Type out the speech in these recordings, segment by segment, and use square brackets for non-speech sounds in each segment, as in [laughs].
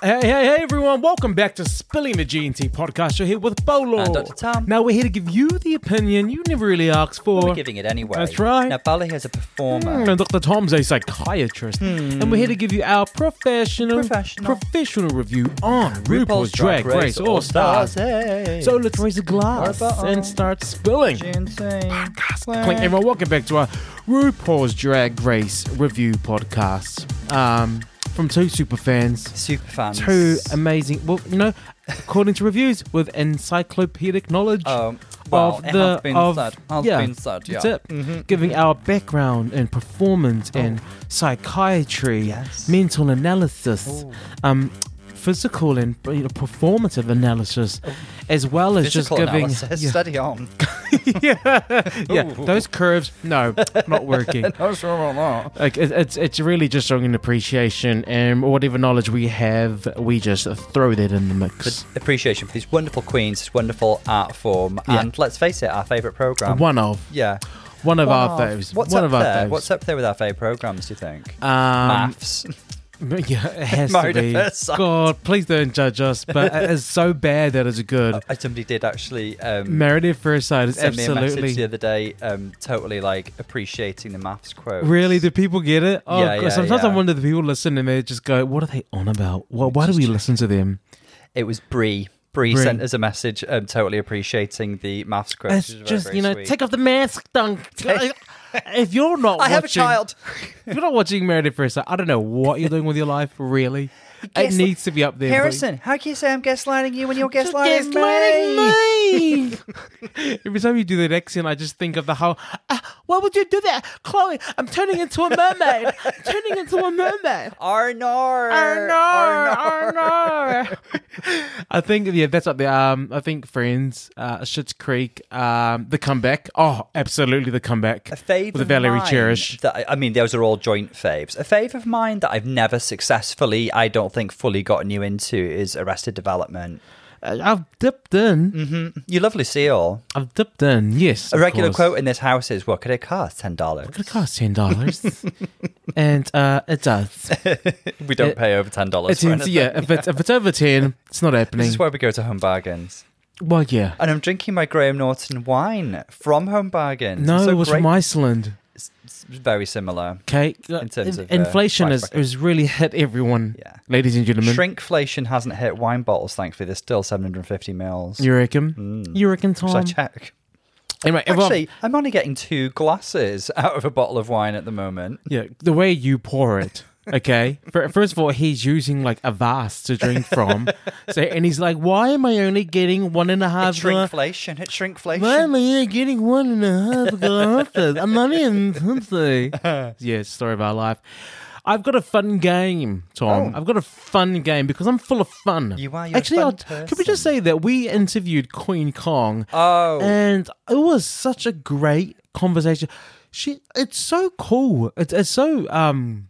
Hey, hey, hey, everyone. Welcome back to Spilling the GNT podcast. You're here with Bolo. And Uh, Dr. Tom. Now, we're here to give you the opinion you never really asked for. We're giving it anyway. That's right. Now, Bali has a performer. Mm, and Dr. Tom's a psychiatrist. And we're here to give you our professional Professional. professional review on RuPaul's, Drag, Race All Stars. So let's raise a glass Bye-bye. and start spilling. Clink, Ginseng. everyone, welcome back to our RuPaul's Drag Race review podcast um, from two super fans. Super fans. Two amazing, well, you know, according to reviews, with encyclopedic knowledge Um, well, of it the has been of said. Has yeah, been said. Yeah. Mm-hmm. that's it. Giving our background and performance and psychiatry, Oh. Yes. Oh. mental analysis, um, physical and you know, performative analysis, as well as Oh. Physical just giving analysis. yeah, Steady on. [laughs] yeah, Ooh. those curves, no, not working. [laughs] No, sure about that. Like it, it's it's really just showing an appreciation and whatever knowledge we have, we just throw that in the mix. Appreciation for these wonderful queens, this wonderful art form, Yeah. and let's face it, our favourite program. one of Yeah. one of our Wow. faves. What's one up of our there? faves. What's up there with our favourite programs? Do you think? um, Maths. [laughs] yeah, [laughs] it has to Married at be. First Sight. God, please don't judge us, but it is so bad that it's good. [laughs] Uh, Somebody did actually. Um, Married at first sight is sent me a message the absolutely. other day, um, totally like appreciating the maths quote. Really, do people get it? Oh, Yeah, God, yeah, sometimes I yeah. wonder if people listen and they just go, "What are they on about? Why, why do we listen to them?" It was Bree. Bree Bree. sent us a message, um, totally appreciating the maths quote. It's which was very, just very you know, sweet. take off the mask, dunk. [laughs] if you're not, I have a watching- [laughs] child. If you're not watching Married at First Sight, I don't know what you're doing with your life. Really, it Guess- needs to be up there. please. Harrison, how can you say I'm gaslighting you when you're Just gaslighting me? [laughs] gaslighting me. Every time you do that accent, I just think of the whole. "Ah, why would you do that, Chloe? I'm turning into a mermaid. I'm turning into a [laughs] mermaid. Arnor. Oh no! Arnor. Oh no! [laughs] I think yeah, that's up there. Um, I think Friends, uh, Schitt's Creek, um, The Comeback. Oh, absolutely, The Comeback. A fave with of Valerie mine Cherish. That I, I mean, those are all joint faves. A fave of mine that I've never successfully, I don't think, fully gotten you into is Arrested Development. Mm-hmm. Uh, I've dipped in. You love Lucille. I've dipped in. Yes, Mm. A of regular course. quote in this house is, "What could it cost? Ten dollars." It costs ten [laughs] dollars, and uh, it does. We don't It- pay over ten dollars It's for in, anything. yeah, if it's if it's over [laughs] ten, it's not This happening. is where we go to Home Bargains. Well, yeah. And I'm drinking my Graham Norton wine from Home Bargains. No, So it was great- from Iceland. It's it's very similar. Okay, In terms of, uh, inflation has price bracket. has really hit everyone, Yeah. ladies and gentlemen. Shrinkflation hasn't hit wine bottles, thankfully. There's still 750 mils. You reckon? You reckon, Tom? Should I check? Anyway, everyone, Mm. Actually, I'm only getting two glasses [laughs] out of a bottle of wine at the moment. yeah, the way you pour it. [laughs] Okay. Fir- First of all, he's using like a vase to drink [laughs] from. so, and he's like, "Why am I only getting one and a half? It's gla- shrinkflation. It's Why shrinkflation. am I only getting one and a half [laughs] glasses? I'm not even something." yeah, story of our life. I've got a fun game, Tom. I've got a fun game because I'm full of fun. Oh. You are, you're a Actually, fun I'll- can we just say that we interviewed Queen Kong Oh, and it was such a great conversation. She, it's so cool. It's, it's so um,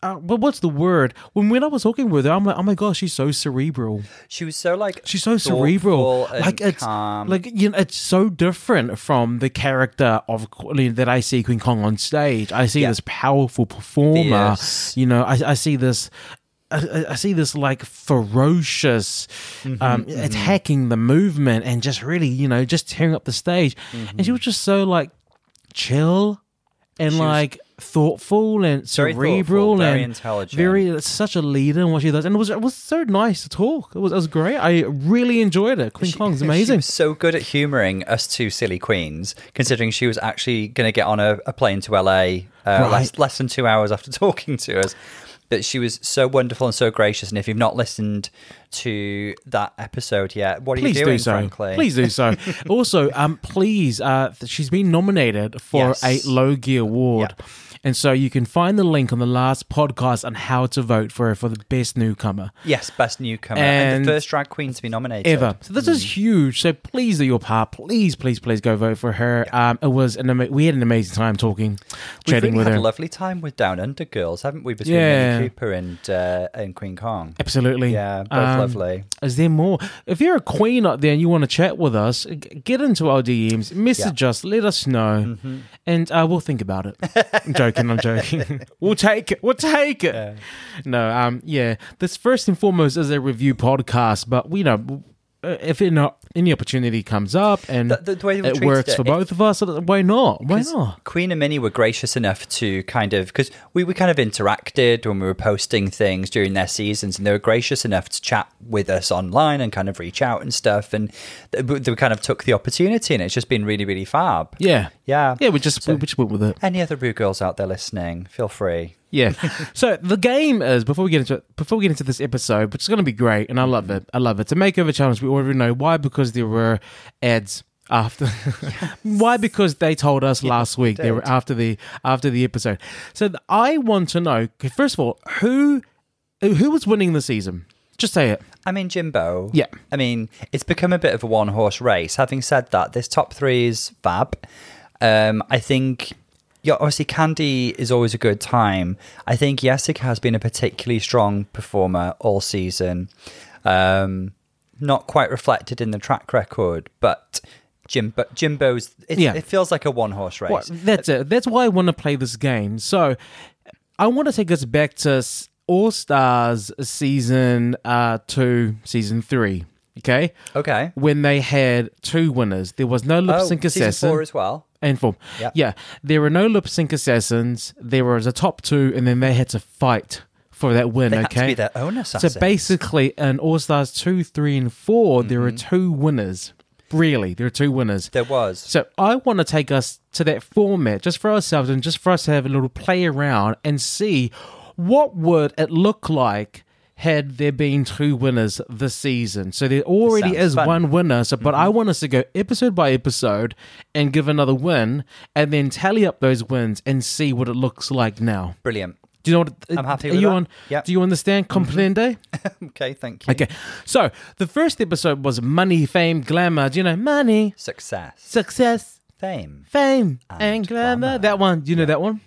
uh, what- what's the word? When when I was talking with her, I'm like, oh my gosh, she's so cerebral. she was so like. She's so thoughtful cerebral. and Like it's calm. like you know, it's so different from the character of Qu- you know, that I see Queen Kong on stage. I see Yeah. this powerful performer. Fierce. You know, I, I see this. I- I, I see this like ferocious Mm-hmm, um, attacking the movement and just really, you know, just tearing up the stage. Mm-hmm. And she was just so like chill and was like thoughtful and Very thoughtful, cerebral very and intelligent. very such a leader in what she does. And it was it was so nice to talk. It was it was great. I really enjoyed it. Queen Kong's [laughs] She amazing. was so good at humouring us two silly queens, considering she was actually going to get on a, a plane to LA uh, less, less than two hours after [laughs] talking to us. But she was so wonderful and so gracious. And if you've not listened to that episode yet, what are Please you doing, do so. frankly? Please do [laughs] so. also, um, please, uh, th- she's been nominated for Yes. a Logie Award. Yeah. And so you can find the link on the last podcast on how to vote for her for the best newcomer. Yes, best newcomer. And, And- the first drag queen to be nominated. ever. So this Mm. is huge. So please do your part. Please, please, please go vote for her. Um, it was an ama- we had an amazing time talking, We've chatting really with had her. a lovely time with Down Under girls, haven't we? Between Yeah. Minnie Cooper and uh, and Queen Kong. Absolutely. Yeah, both Um, lovely. Is there more? If you're a queen out there and you want to chat with us, g- Mm-hmm. get into our DMs, message us, let us know, and uh, we'll think about it. I'm joking. I'm [laughs] joking. we'll take it. We'll take it. No, um, yeah. This first and foremost is a review podcast, but we know uh, if in any opportunity comes up and The- the- the way we it treated works it, for it- both of us, why not? Why 'Cause not? Queen and Minnie were gracious enough to kind of because we, we kind of interacted when we were posting things during their seasons, and they were gracious enough to chat with us online and kind of reach out and stuff, and they, they kind of took the opportunity, and it's just been really really fab. Yeah, Yeah. yeah. We just we just went with it. Any other Rue girls out there listening? Feel free. Yeah. so the game is before we get into it, before we get into this episode, which is going to be great, and I love it. I love it. It's a makeover challenge. We already know why because there were ads after. why because they told us last week they were after the after the episode. So th- I want to know 'kay, first of all who who was winning the season. Just say it. I mean, Jimbo. Yeah. I mean, it's become a bit of a one horse race. Having said that, this top three is fab. Um, I think, yeah, obviously, Candy is always a good time. I think Jessica has been a particularly strong performer all season. Um, not quite reflected in the track record, but Jimbo, Jimbo's, it, Yeah. it feels like a one horse race. Well, that's it. That's why I want to play this game. So I want to take us back to All Stars season uh, two, season three. Okay. Okay. When they had two winners, there was no lip Oh, sync season assassin four as well. and form. Yeah. Yeah, there were no lip sync assassins. There was a top two, and then they had to fight for that win. They had to okay, be their own assassins. So basically, in All Stars two, three, and 4 there are Mm-hmm. two winners. Really, there are two winners. There was. So I want to take us to that format just for ourselves and just for us to have a little play around and see what would it look like had there been two winners this season. So there already Sounds is fun. Mm-hmm. one winner, so but I want us to go episode by episode and give another win and then tally up those wins and see what it looks like now. Brilliant. Do you know what I'm happy are with you that. on Yep. Mm-hmm. do you understand comprende? Okay, thank you. Okay. So the first episode was money, fame, glamour, do you know, money, Success. success, Fame. Fame and, glamour. That one, you know that one.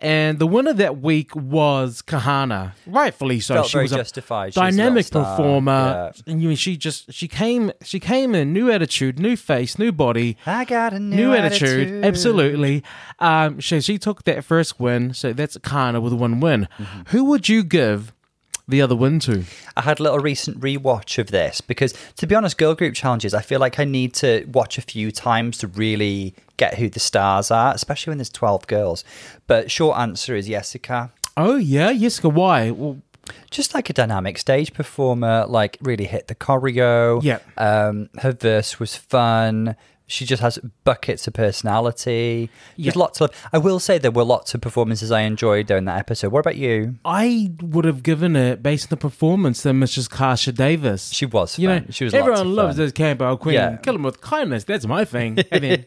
And the winner that week was Kahana, rightfully so. Felt she very was a justified. She's a dynamic little star. performer, and you mean, she just she came she came in new attitude, new face, new body, I got a new, new, attitude, absolutely. Um, so she took that first win. So that's Kahana with one win. Who would you give the other win to? I had a little recent rewatch of this because, to be honest, girl group challenges. I feel like I need to watch a few times to really get who the stars are, especially when there's twelve girls. But short answer is Jessica. Oh yeah, Jessica. Why? Well, Just like a dynamic stage performer, like really hit the choreo. Yeah. Um, her verse was fun. She just has buckets of personality. There's Yeah. lots of. I will say there were lots of performances I enjoyed during that episode. What about you? I would have given it based on the performance to Mrs. Karsha Davis. She was. Fun. You know, she was. lots everyone of loves fun. this Campbell Queen. Yeah. Kill 'em with kindness. That's my [laughs] thing. I mean,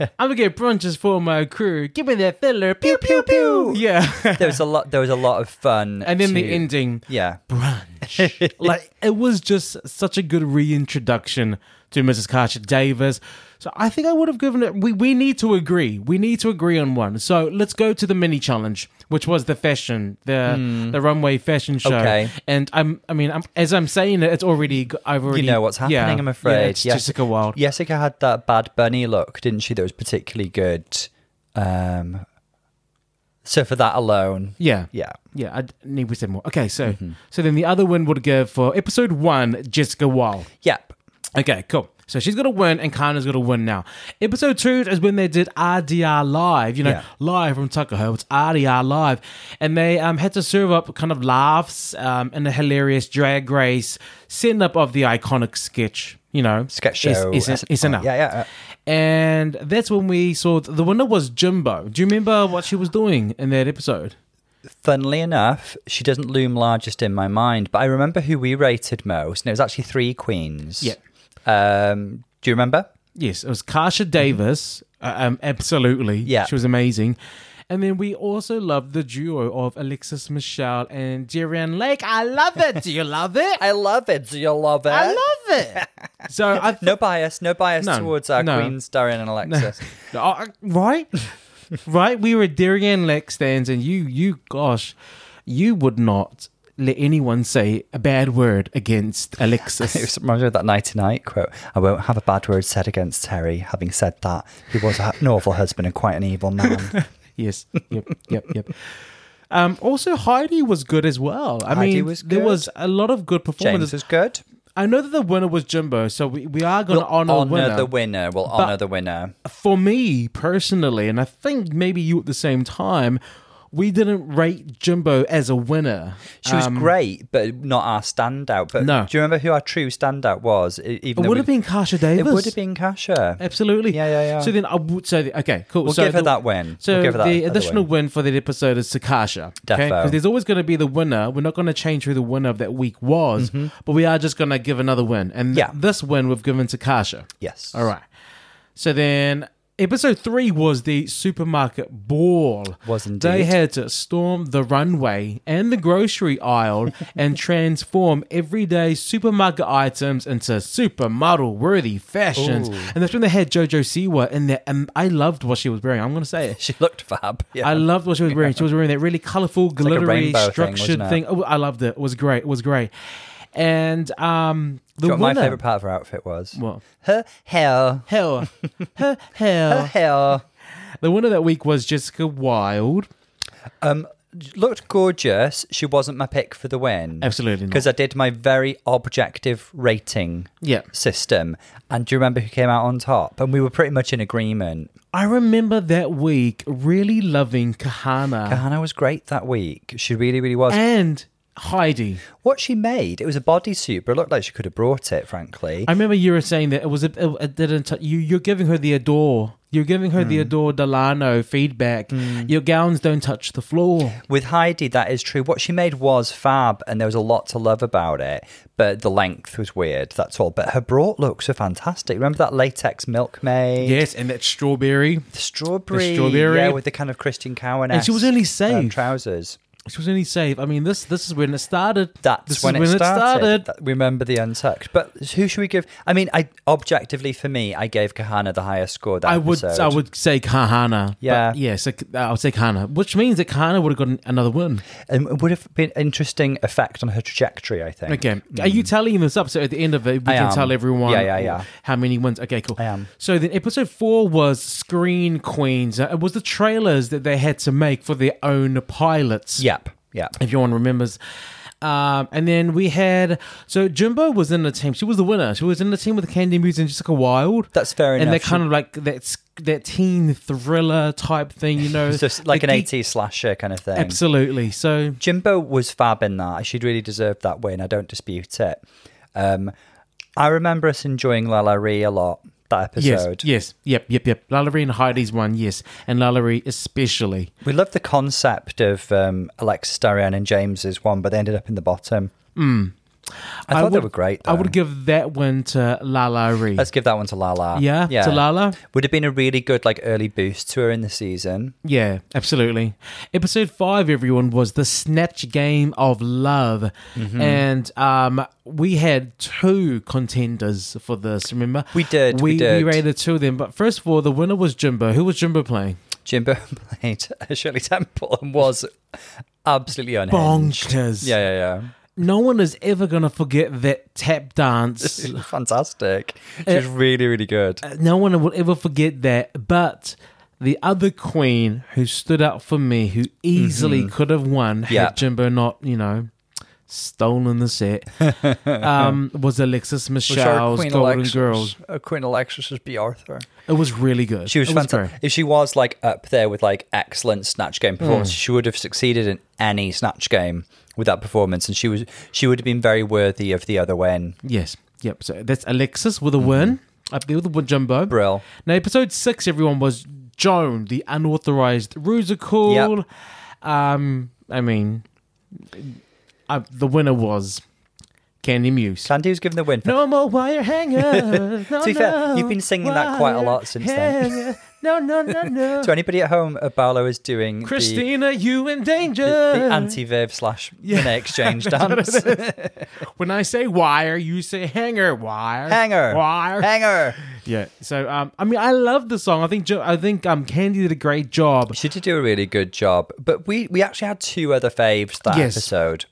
I'm gonna get brunches for my crew. Give me that filler. Pew pew pew. Yeah. [laughs] there was a lot. There was a lot of fun. and then the to- ending Yeah, brunch. [laughs] like it was just such a good reintroduction to Mrs. Karsha Davis. So I think I would have given it. We we need to agree. We need to agree on one. So let's go to the mini challenge, which was the fashion, the the runway fashion show. Hmm. Okay. And I'm I mean I'm, as I'm saying it, it's already g- I've already know what's happening, yeah, I'm afraid. Yeah, it's Yes. Jessica Wilde. Jessica had that bad bunny look, didn't she? That was particularly good. Um, so for that alone, Yeah. yeah, Mm-hmm. Yeah, I d- need we said more. Okay, so so then the other one would give for episode one, Jessica Wilde. yep, Okay, cool. So she's gonna win, and Kana's gonna win now. Episode two is when they did RDR live, you know, Yeah. live from Tuckahoe. It's RDR live, and they um, had to serve up kind of laughs um, and a hilarious drag race send up of the iconic sketch, you know, sketch show. Is, S- SNL. Yeah, yeah. uh, And that's when we saw th- the winner was Jimbo. Do you remember what she was doing in that episode? Funnily enough, she doesn't loom largest in my mind, but I remember who we rated most, and it was actually three queens. Yeah. Um, do you remember? Yes, it was Karsha Davis. uh, Um, absolutely. Yeah. She was amazing. And then we also loved the duo of Alexis Michelle and Darian Lake. I love it. Do you love it? [laughs] I love it. Do you love it? I love [laughs] it. So I th- no bias, no bias No, towards our no. queens, Darian and Alexis. Oh, I- right? right? We were at Darian Lake stands and you you gosh, you would not let anyone say a bad word against Alexis. [laughs] [laughs] It was reminds me of that nighty night quote. I won't have a [laughs] bad word said against Terry. Having said that, he was a- an awful husband and quite an evil man. yes. Yep. Yep. Yep. Um, also, Heidi was good as well. I Heidi mean, was there good. was a lot of good James performances. was good. I know that the winner was Jimbo, so we, we are going to honor, a winner. the winner. We'll honor the winner. For me personally, and I think maybe you at the same time, we didn't rate Jimbo as a winner. She was great, but not our standout. But um, No. do you remember who our true standout was? E- It Even though would we- have been Kasha Davis. It would have been Kasha. Absolutely. Yeah, yeah, yeah. So then I would. So the, okay, cool. We'll so give her the- that win. So We'll give her that- the that additional win. win for the episode is Sakasha. Okay, Defo. because there's always going to be the winner. We're not going to change who the winner of that week was, but we are just going to give another win. And th- Mm-hmm. Yeah. this win we've given Sakasha. Yes. All right. So then. Episode three was the supermarket ball. Was They indeed. had to storm the runway and the grocery [laughs] aisle and transform everyday supermarket items into supermodel worthy fashions. And that's when they had JoJo Siwa in there. And I loved what she was wearing. I'm going to say it. [laughs] She looked fab. Yeah. I loved what she was wearing. She was wearing that really colorful, like a glittery, rainbow thing, structured wasn't it? thing. Oh, I loved it. It was great. It was great. And um, the Do you know what winner- my favorite part of her outfit was What? her hair. [laughs] Hell, her hell. Her hair The winner that week was Jessica Wilde. looked gorgeous. She wasn't my pick for the win. Absolutely not. Because I did my very objective rating Yeah. system. And do you remember who came out on top? And we were pretty much in agreement. I remember that week really loving Kahana Hannah was great that week. She really, really was. and Heidi. what she made, it was a bodysuit, but it looked like she could have brought it, frankly. I remember you were saying that it was a, it, it didn't t- you you're giving her the adore. You're giving her Mm. the adore Delano feedback. Your gowns don't touch the floor. With Heidi, that is true. What she made was fab, and there was a lot to love about it, but the length was weird, that's all. But her brought looks are fantastic. Remember that latex milkmaid? Yes, and that strawberry. The strawberry. The strawberry. Yeah, with the kind of Christian Cowan And she was only safe. trousers. She was only safe. I mean, this this is when it started. That's this when, is it, started. That- Remember the untucked. But who should we give? I mean, I objectively for me, I gave Kahana the highest score. That I would episode. I would say Kahana. but Yeah. yeah. So K- I would say Kahana, which means that Kahana would have gotten another win. and it would have been interesting effect on her trajectory. I think. Okay. Are you tallying this up so at the end of it we Mm. I can am. tell everyone Yeah, yeah, yeah. how many wins? Okay, cool. I am. So then episode four was Screen Queens. Uh, It was the trailers that they had to make for their own pilots. Yep. Yep. if anyone remembers. Um, and then we had so Jimbo was in the team. She was the winner. She was in the team with Candy Muse and Jessica Wilde. That's fair And enough. they're kind of like that's that teen thriller type thing, you know, [laughs] So it's like The an geek- 80s slasher kind of thing. Absolutely. So Jimbo was fab in that. She'd really deserved that win. I don't dispute it. Um, I remember us enjoying La La Ree a lot, that yes, episode. yes, yep, yep, yep. Lallery and Heidi's one, yes, and Lallery especially. We loved the concept of um, Alexis Darian and James's one, but they ended up in the bottom. I thought they would- were great. Hmm. I would give, give that one to Lallery. Let's give that one to La La. Yeah, to Lala. Would have been a really good like early boost to her in the season. Yeah, absolutely. Episode five, everyone, was the snatch game of love, Mm-hmm. and um, we had two contenders for this. Remember, We did, we We, did. rated two of them, but first of all, the winner was Jimbo. Who was Jimbo playing? Jimbo [laughs] played Shirley Temple and was absolutely unhinged. Bonkers. Yeah, yeah, yeah. No one is ever gonna forget that tap [laughs] [laughs] dance. fantastic. She Eh. was really, really good. no one will ever forget that. But the other queen who stood out for me, who easily could have won Mm-hmm. Yeah. had Jimbo not, you know, stolen the [laughs] set, um, was Alexis Michelle's Golden Girls. Queen Alexis's B. Arthur. It was really good. She was, It fantastic. great. Hmm. if she was like up there with like excellent snatch game performance, she would have succeeded in any snatch game with that performance, and she was she would have been very worthy of the other win. Yes. Yep. So that's Alexis with a Mm-hmm. win. Up there with the Jimbo. Brill. Now, episode six, everyone was Joan, the unauthorized rusical. Um, I mean, uh the winner was Candy Muse. Sandy was given the win. No more wire hangers. No, [laughs] To be fair, no, you've been singing that quite a wire lot since then. hanger. No, no, [laughs] no, no. To anybody at home, uh, Barlow is doing the- Christina, you in danger. the, anti-Viv slash [laughs] Renee exchange dance. when I say wire, you say hanger. Wire. Hanger, Wire. hanger. yeah. So, um, I mean, I love the song. I think jo- I think um, Candy did a great job. She did do a really good job, but we we actually had two other faves that Yes. episode.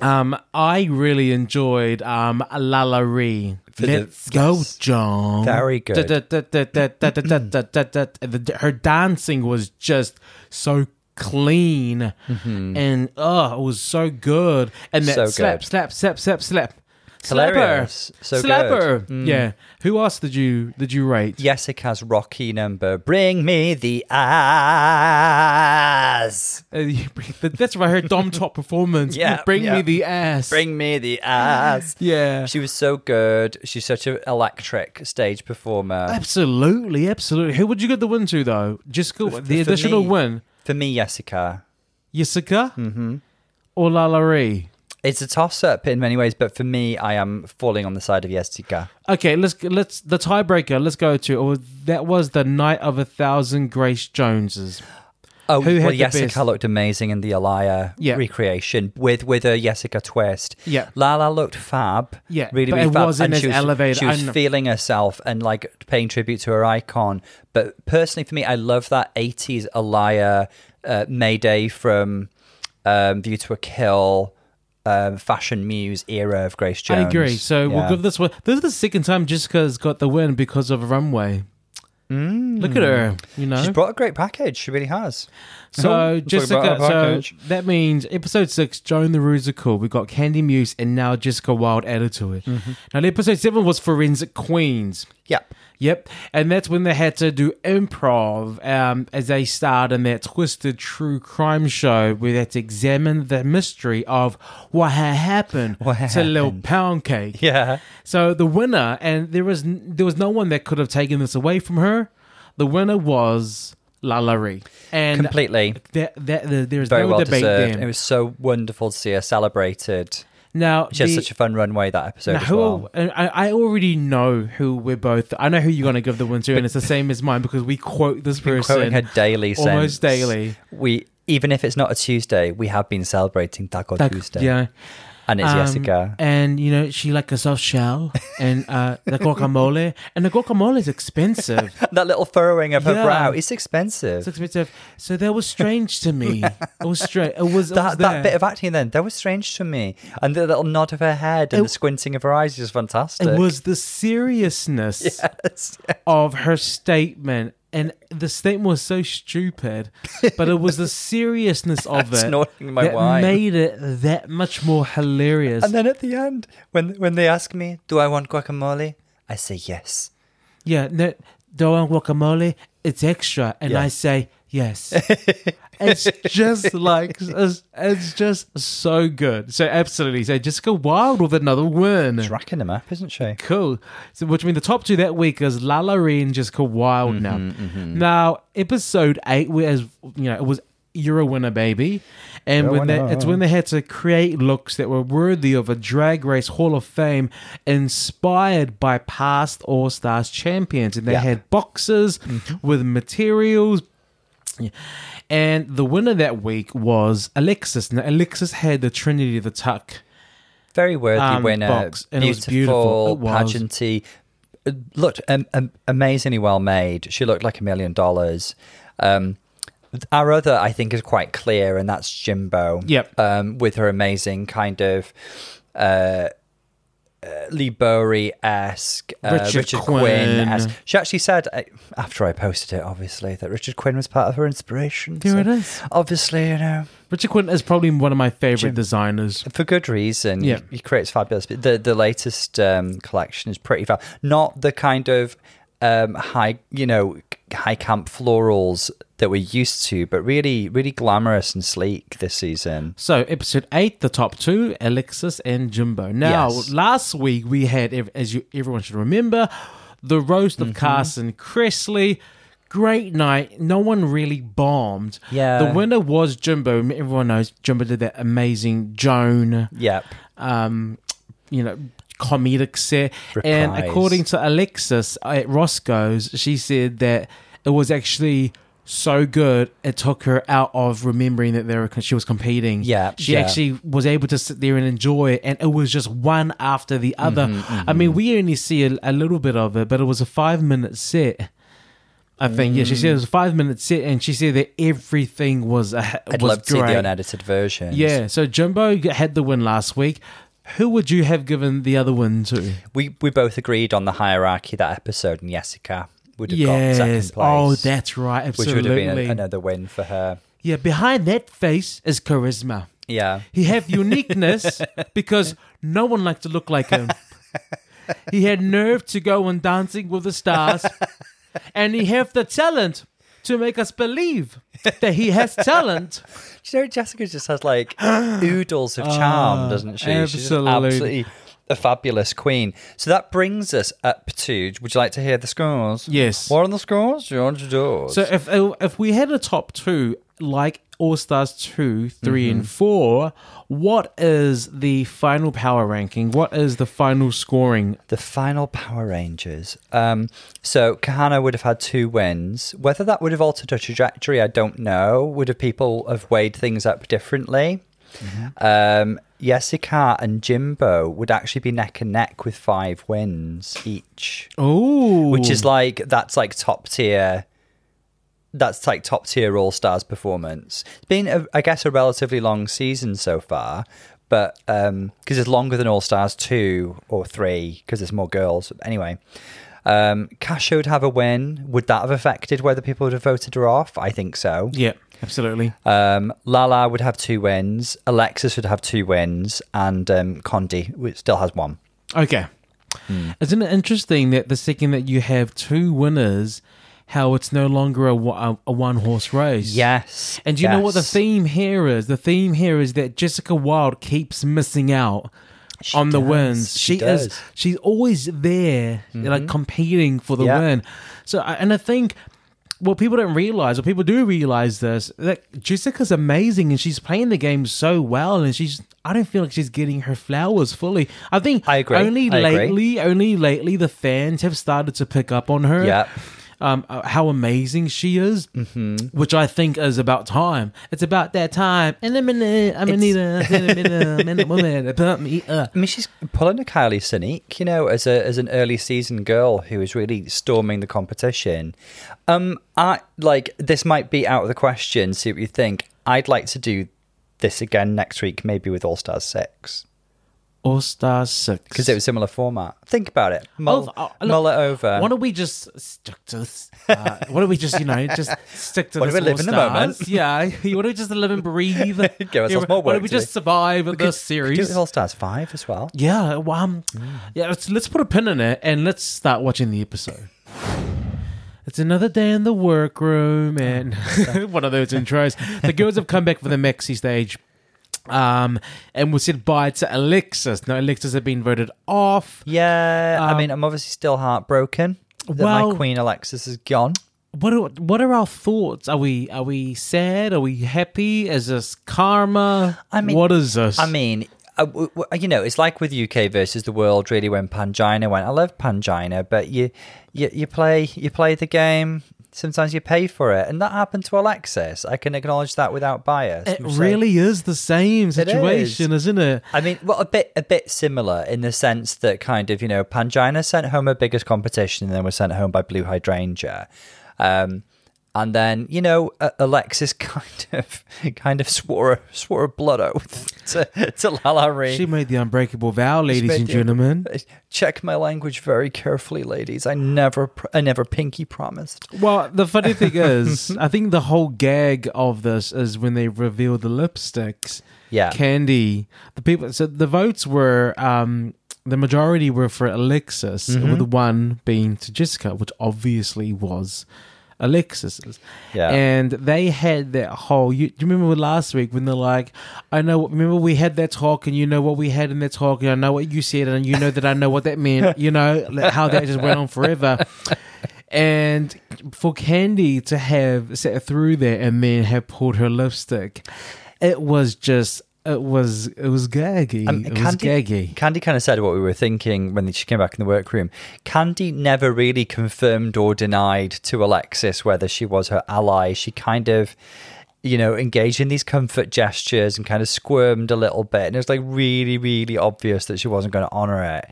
Um, I really enjoyed um, Lallery. For Let's the, go, yes. John. Very good. Da- da- da- da- da- da- da- da- da- da- da- da- Her dancing was just so clean and oh, it was so good. And that Mm-hmm. So slap, good. slap, slap, slap, slap. Slapper. Hilarious. So Mm. Slapper. Yeah. Who else did you did you rate? Jessica's Rocky number. Bring me the ass. Uh, you bring- that- That's where I heard Dom Top performance. Yeah, Bring yeah. me the ass. Bring me the [laughs] ass. yeah. She was so good. She's such an electric stage performer. Absolutely, absolutely. Who would you get the win to though? Jessica, For- the for additional me- win, For me, Jessica, Jessica mm-hmm. or Lalaurie. it's a toss up in many ways, but for me, I am falling on the side of Jessica. Okay, let's let's the tiebreaker. Let's go to or that was the night of a thousand Grace Joneses. Oh, Who had well, the Jessica best? looked amazing in the Alaya Yeah. recreation with with a Jessica twist. Yeah. Lala looked fab. Yeah, really, but really it fab. wasn't and as she was, elevated. She was I know. feeling herself and like paying tribute to her icon. But personally, for me, I love that '80s Alaya uh, Mayday from um, View to a Kill. Um, fashion muse era of Grace I Jones. agree. So Yeah. we'll give this one. This is the second time Jessica's got the win because of a runway. Look at her, you know. Mm. She's brought a great package. She really has. so Jessica, about her so package. that means episode six, Joan the Rusical. We got Candy Muse and now Jessica Wilde added to it. Mm-hmm. Now, episode seven was Forensic Queens. Yep. [laughs] Yep, and that's when they had to do improv um, as they starred in that twisted true crime show where they had to examine the mystery of what had happened What to had Lil happened. Pound Cake. Yeah. So the winner, and there was n- there was no one that could have taken this away from her. The winner was Lala Ree, and uh, Completely. that, that, there- there is Very no well debate deserved. It there. was so wonderful to see her celebrated. Now She has the- such a fun runway that episode now, as who well. and I, I already know who we're both. I know who you're going to give the win to, and it's the same as mine because we quote this person. Quoting her daily, almost since daily. We even if it's not a Tuesday, we have been celebrating Taco Like, Tuesday, Yeah. and it's Um, Jessica. And you know, she like a soft shell and uh the guacamole. And the guacamole is expensive. That little furrowing of her Yeah. brow is expensive. It's expensive. So that was strange to [laughs] me. It was strange. It was it was that, that there. bit of acting then that was strange to me, and the little nod of her head and It- the squinting of her eyes is fantastic. it was the seriousness [laughs] [laughs] Yes. of her statement. And the statement was so stupid, but it [laughs] was the seriousness of it Snorting my that wine. made it that much more hilarious. And then at the end, when when they ask me, "Do I want guacamole?" I say yes. Yeah, no, do I want guacamole? It's extra, and Yeah. I say yes. it's just like it's, it's just so good. So absolutely, so Jessica Wild with another win. She's racking them up, isn't she? Cool. So, which means the top two that week is Lala Ree and Jessica Wild now. Now, episode eight, whereas you know it was You're a Winner, Baby, and when they, winner. it's when they had to create looks that were worthy of a Drag Race Hall of Fame, inspired by past All Stars champions, and they Yeah. Mm-hmm. had boxes with materials. And the winner that week was Alexis. Now, Alexis had the Trinity of the Tuck. Very worthy um, winner. box, and it was beautiful. It was. pageanty. It Looked um, um, amazingly well made. She looked like a million dollars. Um, our other, I think, is quite clear, and that's Jimbo. Yep. Um, with her amazing kind of uh, uh, Lee Bowery esque, uh, Richard Richard, Quinn esque. Quinn. She actually said, uh, after I posted it, obviously, that Richard Quinn was part of her inspiration. There it is. Obviously, you know. Richard Quinn is probably one of my favorite Jim- designers. for good reason. Yeah. he creates fabulous. But the the latest um, collection is pretty fab. Not the kind of um, high, you know, high camp florals that we're used to, but really, really glamorous and sleek this season. So, episode eight, the top two, Alexis and Jimbo. Now, Yes. last week we had, ev- as you everyone should remember, the roast Mm-hmm. of Carson Cressley. Great night. No one really bombed. Yeah. The winner was Jimbo. Everyone knows Jimbo did that amazing Joan, Yep. um, you know, comedic set. And Reprise. according to Alexis uh, at Roscoe's, she said that it was actually so good it took her out of remembering that they were she was competing. Yeah, she yeah. actually was able to sit there and enjoy it, and it was just one after the Mm-hmm, other. I mean, we only see a, a little bit of it, but it was a five minute set. I think yeah, she said it was a five minute set, and she said that everything was a, I'd was love to see great. the unedited version. Yeah, so Jumbo g- had the win last week. Who would you have given the other one to? We we both agreed on the hierarchy that episode, and Jessica would have got second Yes. place. Oh, that's right. which Absolutely. would have been a- another win for her. yeah, behind that face is charisma. Yeah, He had [laughs] uniqueness because no one liked to look like him. He had nerve to go on Dancing with the [laughs] Stars, and he had the talent to make us believe that he has talent. Do you know Jessica just [gasps] has like oodles of charm, doesn't she? She's just Ah, absolutely. absolutely a fabulous queen. So that brings us up to. Would you like to hear the scores? Yes. What are the scores? George Doors. So if if we had a top two like All Stars two, three, and four, what is the final power ranking? What is the final scoring? the final Power Rangers. Um, so Kahana would have had two wins. Whether that would have altered her trajectory, I don't know. Would have people have weighed things up differently? Mm-hmm. Um, Jessica and Jimbo would actually be neck and neck with five wins each. Oh, which is like that's like top tier that's like top tier all stars performance it's been a, i guess a relatively long season so far but um because it's longer than all stars two or three because there's more girls anyway um Casho would have a win would that have affected whether people would have voted her off i think so yeah, absolutely. um lala would have two wins alexis would have two wins and um condi w- still has one Okay. Isn't it interesting that the second that you have two winners, how it's no longer a, wa- a one horse race? yes And do you know what the yes. theme here is? The theme here is that Jessica Wilde keeps missing out on the does, wins. She, she is does. Mm-hmm. she's always there, like competing for the Yeah. win. So, I- and I think. Well, people don't realize, or people do realize this, that Jessica's amazing and she's playing the game so well, and she's. I don't feel like she's getting her flowers fully. I think I agree. only I agree. lately, only lately, the fans have started to pick up on her Yeah. um, uh, how amazing she is, Mm-hmm. which I think is about time. It's about that time. In a minute, I'm gonna need a in a minute, a minute, woman, pump me up. I mean, she's pulling a Kylie Sinek, you know, as a as an early season girl who is really storming the competition. Um, I like this might be out of the question. See what you think. I'd like to do this again next week, maybe with All Stars Six All Star Six. because it was uh, similar format. Think about it. Mull, Oh, oh, mull it over. Why don't we just stick to this? Uh, why don't we just, you know, just stick to Why don't this? we live All in the moment? Stars? Yeah. [laughs] Why don't we just live and breathe? [laughs] Give ourselves more Why work don't we to just do. survive this Could- could do it series? with All Stars Five as well. Yeah, well, um, yeah. Let's let's put a pin in it and let's start watching the episode. It's another day in the workroom, and [laughs] one of those intros. The girls have come back for the maxi stage, um, and we said bye to Alexis. Now Alexis had been voted off. Yeah, I Um, mean, I'm obviously still heartbroken that well- my Queen Alexis is gone. What are, what are our thoughts? Are we are we sad? Are we happy? Is this karma? I mean- what is this? I mean, uh, w- w- you know, it's like with UK versus the world. Really, when Pangina went, I love Pangina, but you, you, you play, you play the game. Sometimes you pay for it, and that happened to Alexis. I can acknowledge that without bias. it I'm saying- Uh, really is the same situation, is. isn't it? I mean, well, a bit, a bit similar in the sense that kind of, you know, Pangina sent home her biggest competition, and then was sent home by Blue Hydrangea, um, and then you know, A- Alexis [laughs] kind of, kind of swore, a- swore a blood oath to, to Lalari. She made the unbreakable vow, ladies made and the- gentlemen. Check my language very carefully, ladies. I never, pr- I never pinky promised. Well, the funny thing is, I think the whole gag of this is when they reveal the lipsticks. Yeah. Candy. The people so the votes were um the majority were for Alexis, with one being to Jessica, which obviously was Alexis's. Yeah. And they had that whole you do you remember last week when they're like, I know remember we had that talk and you know what we had in that talk, and I know what you said, and you know that I know what that meant, you [laughs] know, like how that just went on forever. And for Candy to have sat through there and then have pulled her lipstick, it was just it was it was gaggy. Um, it was gaggy. Candy kind of said what we were thinking when she came back in the workroom. Candy never really confirmed or denied to Alexis whether she was her ally. She kind of, you know, engaged in these comfort gestures and kind of squirmed a little bit. And it was like really, really obvious that she wasn't going to honor it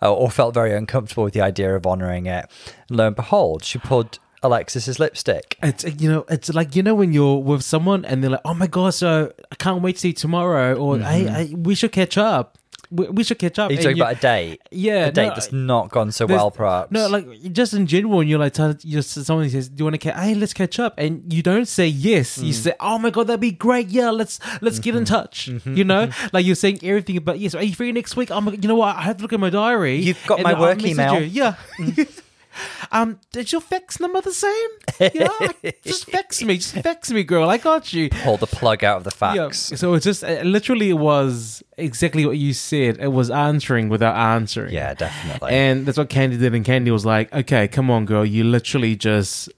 uh, or felt very uncomfortable with the idea of honoring it. And lo and behold, she pulled Alexis's lipstick. It's you know, it's like you know when you're with someone and they're like, "Oh my god, so I can't wait to see you tomorrow," or "Hey, I, we should catch up." we, we should catch up. Are you and Mm-hmm. talking you- about a date? yeah, a date no, that's not gone so there's- well, perhaps. No, like just in general, and you're like, tell, you're, someone says, "Do you want to catch? Hey, let's catch up," and you don't say yes. Mm. You say, "Oh my god, that'd be great! Yeah, let's let's get Mm-hmm. in touch." You know, like you're saying everything about yes. Are you free next week? Oh my, you know what? I have to look at my diary. You've got and my I'll work message email. Mm-hmm. you. Yeah. Um, did your fax number the same? Yeah, like, just fax me, just fax me, girl. I got you. pull the plug out of the Yeah. facts. So it just it literally was exactly what you said. It was answering without answering. Yeah, definitely. And that's what Candy did. And Candy was like, okay, come on, girl. You literally just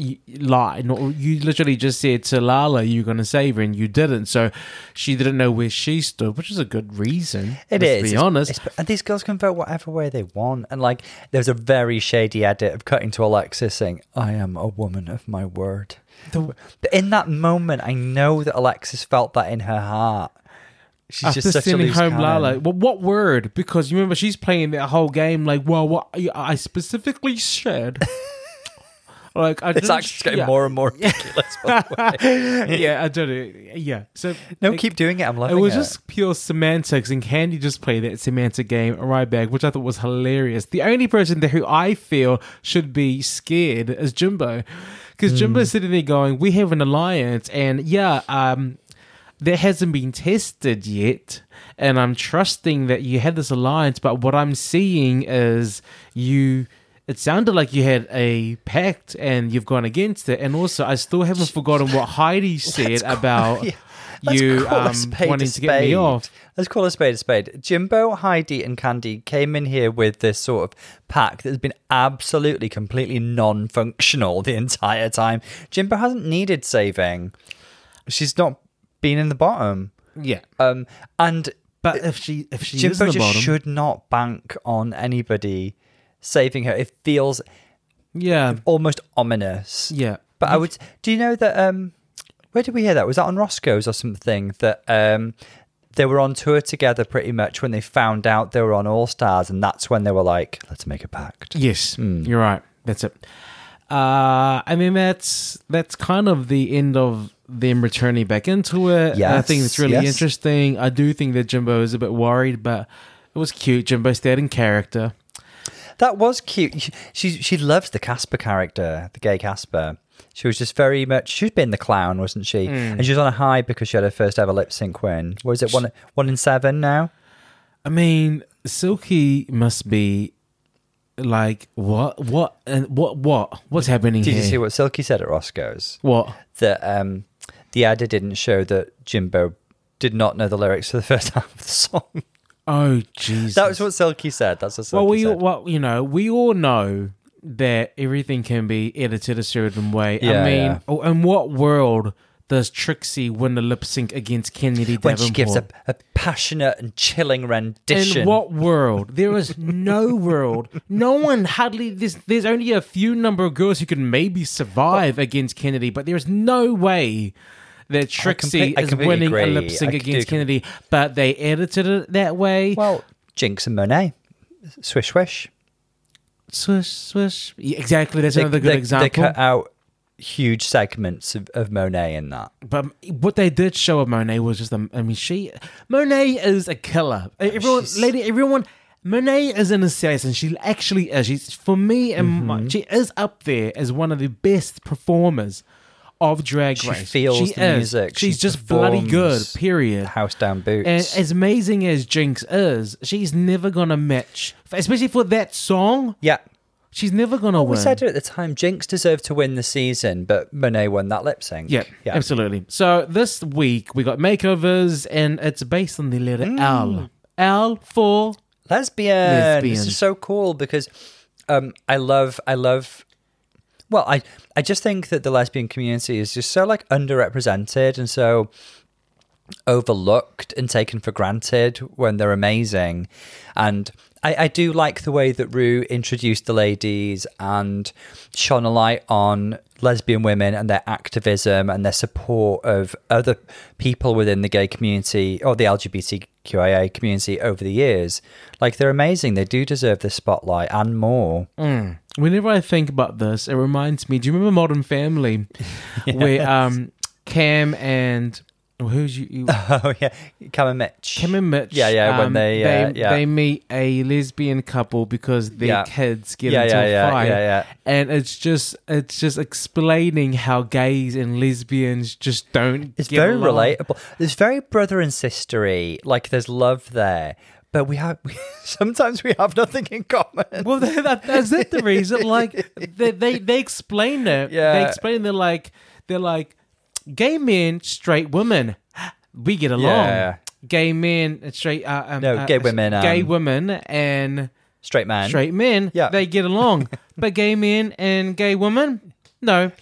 you lied. No, you literally just said to Lala you're going to save her, and you didn't. So she didn't know where she stood, which is a good reason. It let's is. be It's- honest. it's- and these girls can vote whatever way they want. And like, there's a very shady edit of cutting to Alexis saying, "I am a woman of my word." The- But in that moment, I know that Alexis felt that in her heart. She's After just such a sending loose home cannon. Lala, well, what word? Because you remember she's playing that whole game like, well, what I specifically [laughs] said. like I It's didn't- actually getting yeah. more and more ridiculous. by the [laughs] way. yeah, I don't know. Yeah, so no, it- keep doing it. I'm It loving it. was just pure semantics, and Candy just played that semantic game right back, which I thought was hilarious. The only person that who I feel should be scared is Jimbo, Hmm. because Jimbo's sitting there going, "We have an alliance, and yeah, um, that hasn't been tested yet." And I'm trusting that you had this alliance, but what I'm seeing is you. It sounded like you had a pact and you've gone against it. And also, I still haven't forgotten what [laughs] Heidi said call- about [laughs] Yeah. Let's you call a um, [laughs] spade a wanting to get me spade. off. Let's call a spade a spade. Jimbo, Heidi, and Candy came in here with this sort of pack that has been absolutely, completely non-functional the entire time. Jimbo hasn't needed saving. She's not been in the bottom. Yeah, Um, and but if she if she is Jimbo in the just bottom, should not bank on anybody saving her. It feels yeah, almost ominous. yeah, But I would. Do you know that? Um, where did we hear that? Was that on Roscoe's or something? That um, they were on tour together pretty much when they found out they were on All Stars, and that's when they were like, "Let's make a pact." yes, Hmm. you're right. That's it. Uh, I mean, that's that's kind of the end of them returning back into it. I think it's Yes, really yes. interesting. I do think that Jimbo is a bit worried, but it was cute. Jimbo stayed in character. That was cute. She she loves the Casper character, the gay Casper. She was just very much. She's been the clown, wasn't she? And she was on a high because she had her first ever lip sync win. What is it? One one in seven now. I mean, Silky must be like what what and what what what's happening Did here? you see what Silky said at Roscoe's? what? that um, the adder didn't show that Jimbo did not know the lyrics to the first [laughs] half of the song. Oh Jesus! That was what Silky said. That's what Silky well, we said. well, you know, we all know that everything can be edited a certain way. I Yeah, mean, yeah. oh, in what world does Trixie win the lip sync against Kennedy when Davenport? she gives a, a passionate and chilling rendition. in what world? There is no world. No one hardly there's there's only a few number of girls who can maybe survive against Kennedy, but there is no way that Trixie I is completely winning a agree. lip sync I against do com- Kennedy. But they edited it that way. Well, Jinx and Monet, Swish Swish. swish, swish. Yeah, Exactly. That's another good they, example. They cut out huge segments of, of Monet in that. But what they did show of Monet was just, a, I mean, she Monet is a killer. Everyone, she's- lady, everyone. Monet is an assassin. She actually is. She's for me and Mm-hmm. my, she is up there as one of the best performers of Drag She Race. feels the is. music. She's She just bloody good. performs. Period. House down boots. And as amazing as Jinx is, she's never gonna match, especially for that song. yeah. She's never gonna We win. said it at the time. Jinx deserved to win the season, but Monet won that lip sync. Yeah, absolutely. So this week we got makeovers, and it's based on the letter Mm. L. L for lesbian. Lesbian. This is so cool because um, I love, I love. Well, I I just think that the lesbian community is just so like underrepresented and so overlooked and taken for granted when they're amazing. And I, I do like the way that Rue introduced the ladies and shone a light on lesbian women and their activism and their support of other people within the gay community or the LGBTQIA community over the years. Like they're amazing. They do deserve the spotlight and more. [laughs] mm. Whenever I think about this, it [laughs] reminds me. Do you remember Modern Family, where um, Cam and Well, who's you? [sighs] you Oh yeah, Cam and Mitch. Kim and Mitch. Yeah, yeah, when um, they, uh, yeah. they meet a lesbian couple because their Yeah. kids get Yeah, into yeah, a yeah, fight, yeah, yeah. and it's just it's just explaining how gays and lesbians just don't. It's get very along. relatable. It's very brother and sistery. Like there's love there, but we have [laughs] sometimes we have nothing in common. Well, [laughs] that, that- that's it. The reason, like they they, they explain it. they Yeah. explain they're like they're like gay men, straight women, [gasps] we get along. Yeah. Gay men and straight uh, um, No, uh, gay women, gay um, women and Straight man. straight men, Yeah. they get [laughs] along. but gay men and gay women, no.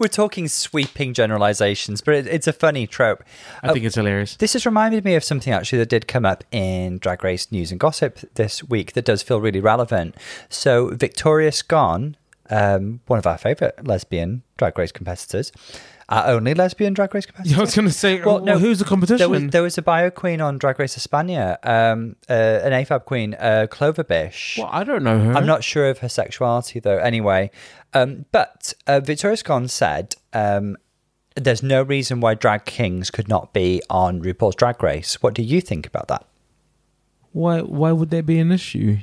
We're talking sweeping generalizations, but it, it's a funny trope. I think it's hilarious. This has reminded me of something actually that did come up in Drag Race News and Gossip this week that does feel really relevant. So, Victoria Scon, um, one of our favorite lesbian Drag Race competitors, our only lesbian Drag Race competitor. [laughs] I was going to say, well, who's the competition? There was, there was a bio queen on Drag Race España, um, uh, an AFAB queen, uh, Clover Bish. well, I don't know her. I'm not sure of her sexuality though. Anyway, um, but uh, Victoria Scon said um, there's no reason why drag kings could not be on RuPaul's Drag Race. What do you think about that? Why? Why would that be an issue?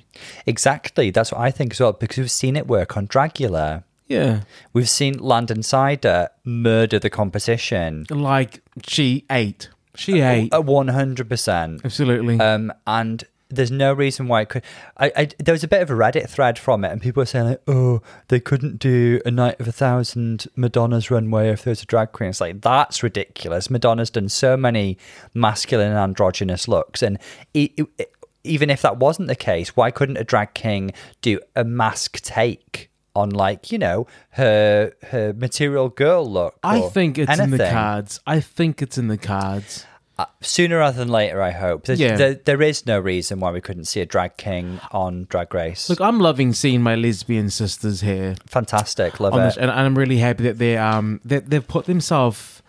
Exactly, that's what I think as well because we've seen it work on Dragula. Yeah, We've seen Landon Sider murder the competition. like she Uh, ate. She ate. At 100%. Absolutely. Um, and there's no reason why it could. I, I there was a bit of a Reddit thread from it, and people were saying like, "Oh, they couldn't do a night of a thousand Madonna's runway if there was a drag queen." It's like that's ridiculous. Madonna's done so many masculine and androgynous looks, and e- e- even if that wasn't the case, why couldn't a drag king do a mask take? On like you know her her material girl look. I or think it's in the anything cards. I think it's in the cards. uh, sooner rather than later, I hope. There's, Yeah. there, there is no reason why we couldn't see a drag king on Drag Race. Look, I'm loving seeing my lesbian sisters here, Fantastic, love on it. this, and I'm really happy that they um that they've put themselves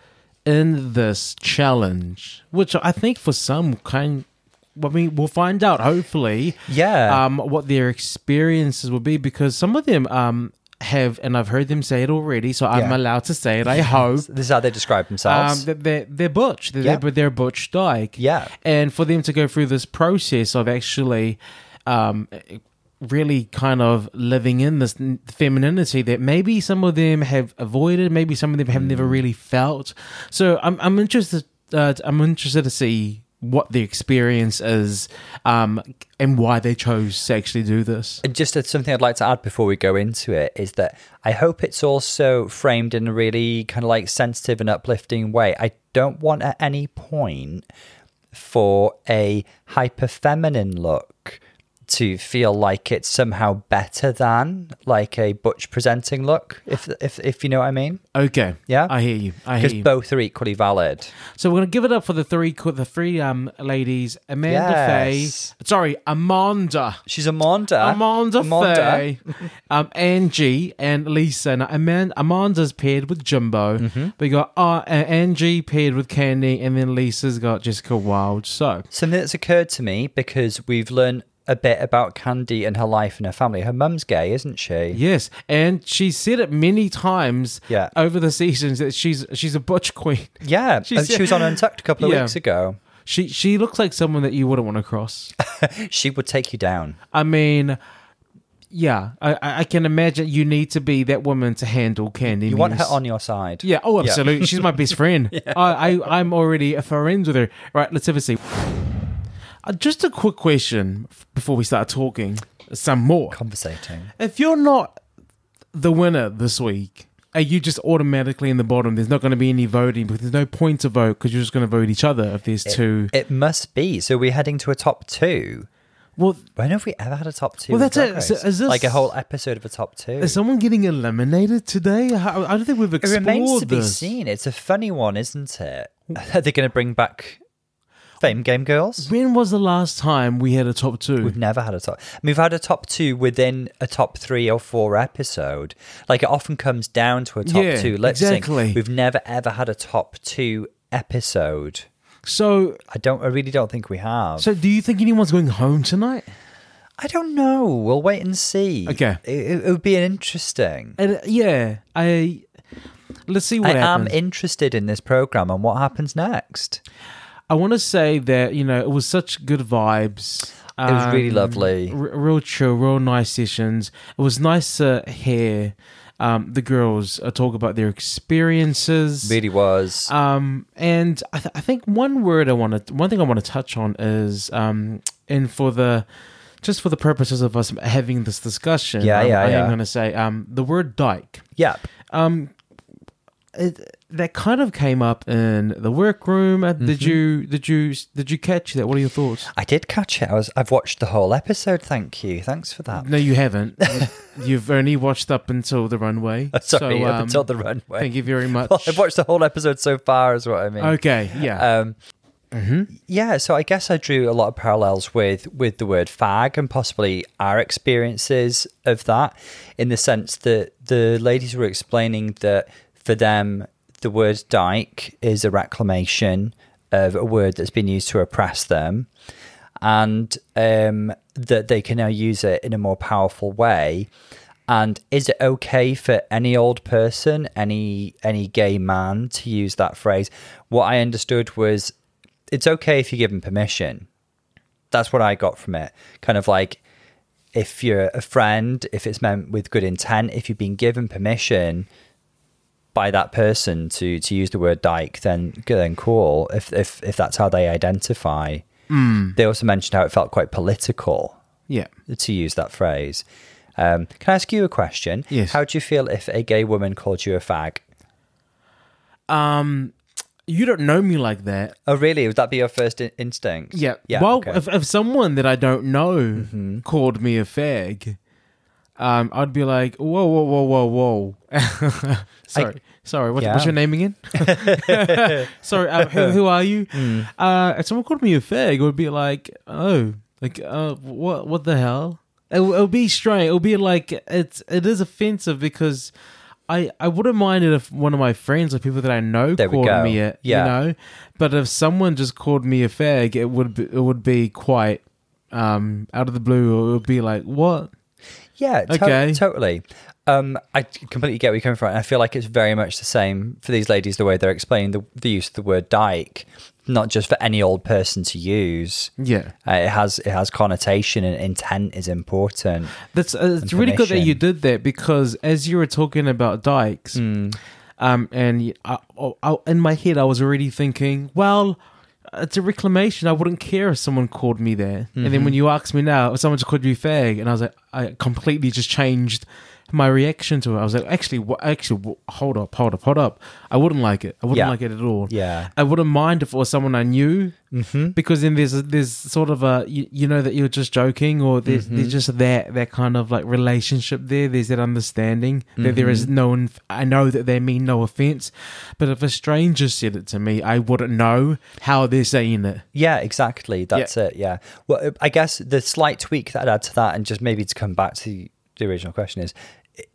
in this challenge, which I think for some kind. I mean, we'll find out hopefully. Yeah. um, what their experiences will be because some of them um, have, and I've heard them say it already, so I'm Yeah. allowed to say [laughs] it. I hope this is how they describe um, themselves. that they're they're butch, they're, Yeah. they're, they're butch dyke, Yeah. and for them to go through this process of actually. Um, really kind of living in this n- femininity that maybe some of them have avoided maybe some of them have Mm. never really felt so i'm, I'm interested uh, i'm interested to see what the experience is um, and why they chose to actually do this And just as something I'd like to add before we go into it is that I hope it's also framed in a really kind of like sensitive and uplifting way. I don't want at any point for a hyper feminine look to feel like it's somehow better than like a butch presenting look if if if you know what I mean. okay Yeah. i hear you i hear because you both are equally valid. So we're gonna give it up for the three co- the three um ladies Amanda Yes. Faye, sorry Amanda, She's Amanda. Amanda, Amanda. Faye, um Angie and Lisa. Now Amanda, Amanda's paired with Jumbo. Mm-hmm. We got uh, uh, Angie paired with Candy, and then Lisa's got Jessica Wilde. So Something that's occurred to me because we've learned a bit about Candy and her life and her family. Her mum's gay, isn't she? yes, and she said it many times Yeah. over the seasons that she's she's a butch queen. Yeah. She and said- she was on Untucked a couple of Yeah. weeks ago. She she looks like someone that you wouldn't want to cross. She would take you down. I mean, yeah, I- I, I can imagine you need to be that woman to handle Candy. You want her on your side. Yeah. Oh, absolutely. She's my best friend. I, I, I'm already a friend with her. Right. Let's have a see. Uh, just a quick question f- before we start talking some more. Conversating. If you're not the winner this week, are you just automatically in the bottom? There's not going to be any voting because there's no point to vote because you're just going to vote each other if there's two. It must be. So we're heading to a top two. Well, When have we ever had a top two? Well, in that's it. Drag So Race? is this- like a whole episode of a top two? is someone getting eliminated today? How- I don't think we've It explored remains to be this. seen. It's a funny one, isn't it? [laughs] Are they going to bring back Fame Game Girls? When was the last time we had a top two? We've never had a top. I mean, we've had a top two within a top three or four episode. Like it often comes down to a top Yeah, two lip sync. exactly. We've never ever had a top two episode. So, I don't. I really don't think we have. so do you think anyone's going home tonight? I don't know. We'll wait and see. Okay. It, it, it would be interesting. And uh, yeah, I, Let's see I what am happens. interested in this program and what happens next. I want to say that you know it was such good vibes. It was really Um, lovely. r- real chill, real nice sessions. It was nice to hear um, the girls uh, talk about their experiences. Really was. Um, and I, th- I think one word I want to, one thing I want to touch on is, um, and for the, just for the purposes of us having this discussion, Yeah, um, yeah, I am yeah. going to say, um, the word dyke, yep. it, that kind of came up in the workroom. Uh, Did you, did you, did you catch that? What are your thoughts? I did catch it. I was, I've watched the whole episode. Thank you. Thanks for that. No, you [laughs] haven't. You've only watched up until the [laughs] runway. [laughs] Sorry, so, up um, until the runway. Thank you [laughs] very much. Oh, Well, I've watched the whole episode so far, is what I mean. Okay, yeah. Um, Yeah, so I guess I drew a lot of parallels with with the word fag and possibly our experiences of that, in the sense that the ladies were explaining that for them the word dyke is a reclamation of a word that's been used to oppress them, and um, that they can now use it in a more powerful way. And is it okay for any old person, any any gay man, to use that phrase? What I understood was it's okay if you give them permission. That's what I got from it. Kind of like if you're a friend, if it's meant with good intent, if you've been given permission by that person to to use the word dyke, then then cool. If if if that's how they identify, Hmm. they also mentioned how it felt quite political yeah. to use that phrase. Um, can I ask you a question? Yes. How do you feel if a gay woman called you a fag? um, You don't know me like that. Oh, really? Would that be your first in- instinct? Yeah. Mm-hmm. Yeah. well, okay. if, if someone that I don't know called me a fag, um, I'd be like, whoa, whoa, whoa, whoa, whoa. [laughs] sorry. sorry. What, Yeah. What's your name again? sorry. Uh, who, who are [laughs] you? Hmm. Uh, if someone called me a fag, I would be like, oh, like, uh, what, what the hell? It, w- it'll be strange. It'll be like it's. It is offensive because. I, I wouldn't mind it if one of my friends or people that I know There we called go. me it. Yeah. You know, know. But if someone just called me a fag, it would be, it would be quite um out of the blue. It would be like what? Yeah, to- Okay. totally. Um, I completely get where you're coming from. and I feel like it's very much the same for these ladies, the way they're explaining the, the use of the word dyke, not just for any old person to use. Yeah, Uh, it has it has connotation and intent is important. that's uh, it's really good that you did that because as you were talking about dykes, um, and I, oh, I, in my head I was already thinking, well. It's a reclamation. I wouldn't care if someone called me that. And then when you asked me now, if someone just called you fag, and I was like, I completely just changed my reaction to it. I was like, actually, wha- actually, wha- hold up, hold up, hold up. I wouldn't like it. I wouldn't Yeah. like it at all. Yeah. I wouldn't mind if it was someone I knew Mm-hmm. because then there's there's sort of a you, you know that you're just joking or there's, Mm-hmm. there's just that that kind of like relationship there. There's that understanding that there Mm-hmm. is no inf- I know that they mean no offense, but if a stranger said it to me, I wouldn't know how they're saying it. Yeah, exactly. That's it. Yeah. Well, uh, I guess the slight tweak that I'd add to that, and just maybe to come back to the original question, is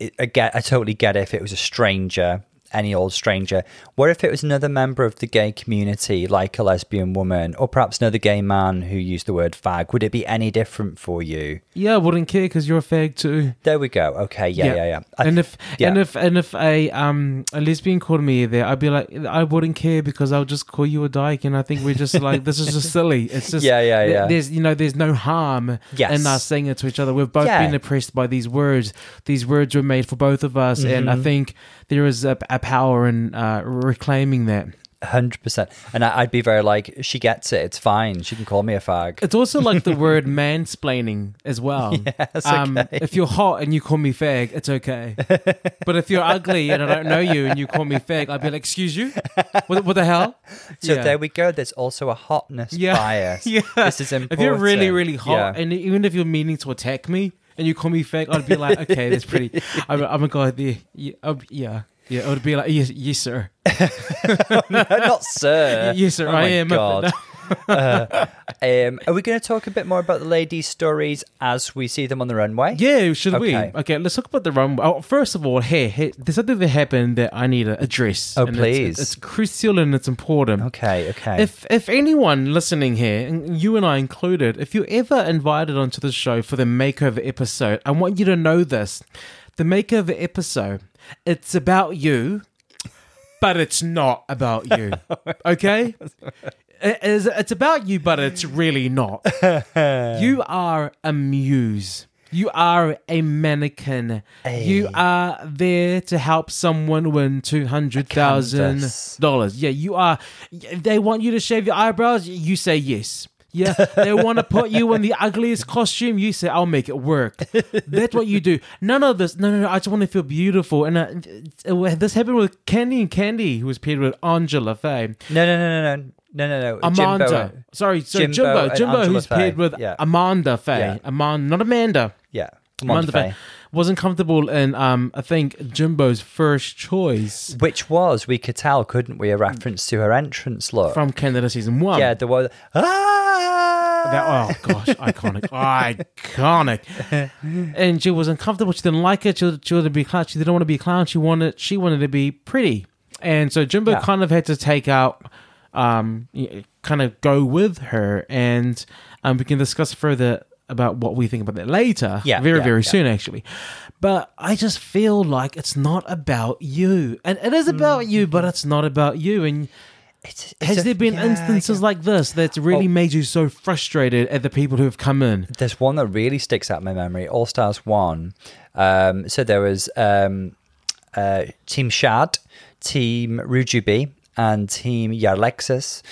i I get. I totally get if it was a stranger, any old stranger. What if it was another member of the gay community, like a lesbian woman, or perhaps another gay man who used the word fag? Would it be any different for you? Yeah, I wouldn't care because you're a fag too. There we go. Okay. Yeah. Yeah. Yeah. I- and if yeah. and if and if a um a lesbian called me there, I'd be like, I wouldn't care because I'll just call you a dyke, and I think we're just like this is just silly. It's just [laughs] Yeah, yeah, th- yeah. There's you know there's no harm Yes. in us saying it to each other. We've both Yeah. been oppressed by these words. These words were made for both of us, and I think there is a, a power in uh, reclaiming that. hundred percent. And I, I'd be very like, she gets it. It's fine. She can call me [laughs] a fag. It's also like the [laughs] word mansplaining as well. Um, Yes, okay. If you're hot and you call me fag, it's okay. but if you're ugly and I don't know you and you call me fag, I'd be like, excuse you? What, what the hell? [laughs] So Yeah. [laughs] there we go. There's also a hotness Yeah. [laughs] bias. Yeah. This is [laughs] If important. you're really, really Yeah. hot, and even if you're meaning to attack me and you call me fag, I'd be like, okay, that's [laughs] pretty. I'm, I'm a guy there. Yeah. I'd- oh, yeah. Yeah, I would be like, yes, yes sir. [laughs] not sir. eh? [laughs] Yes, sir, Oh I my am. God. [laughs] Uh, um, are we going to talk a bit more about the ladies' stories as we see them on the runway? Yeah, should we? Okay. Okay, let's talk about the runway. Oh, first of all, hey, hey, there's something that happened that I need to address. Oh, and it's- please. It's, crucial and it's important. Okay. Okay. If if anyone listening here, and you and I included, if you're ever invited onto the show for the makeover episode, I want you to know this: the makeover episode, it's about you. but it's not about you. Okay? It is, it's about you, but it's really not. You are a muse. You are a mannequin. You are there to help someone win two hundred thousand canvas. dollars. Yeah, you are. They want you to shave your eyebrows. You say yes. Yeah, they want to put you in the ugliest costume. You say, "I'll make it work." That's what you do. None of this. No, no, no. I just want to feel beautiful. And uh, this happened with Candy and Candy, who was paired with Angela Faye. No, no, no, no, no, no, no, no. Amanda. Jimbo. Sorry, so Jimbo Jimbo, and Jimbo, Angela who's Faye. paired with Yeah. Amanda Faye. Yeah. Amanda, not Amanda. Yeah, Amanda Montefiore. Faye. Wasn't comfortable in, um, I think, Jimbo's first choice Which was, we could tell, couldn't we, a reference to her entrance look? Mm. from Canada season one. yeah, there was. Ah! [laughs] That, oh gosh, iconic, iconic. And she was uncomfortable. She didn't like it. She, she wanted to be a clown. She didn't want to be a clown. She wanted she wanted to be pretty. And so Jimbo Yeah. kind of had to take out, um, y- kind of go with her, and um, we can discuss further about what we think about that later. Yeah, very yeah, very yeah. soon actually. But I just feel like it's not about you, and it is about Mm-hmm. you, but it's not about you, and. It's- it's Has a- there been yeah, instances like this that's really Oh. made you so frustrated at the people who have come in? there's one that really sticks out in my memory all stars one um so there was um uh team shad team rujubi and team yarlexis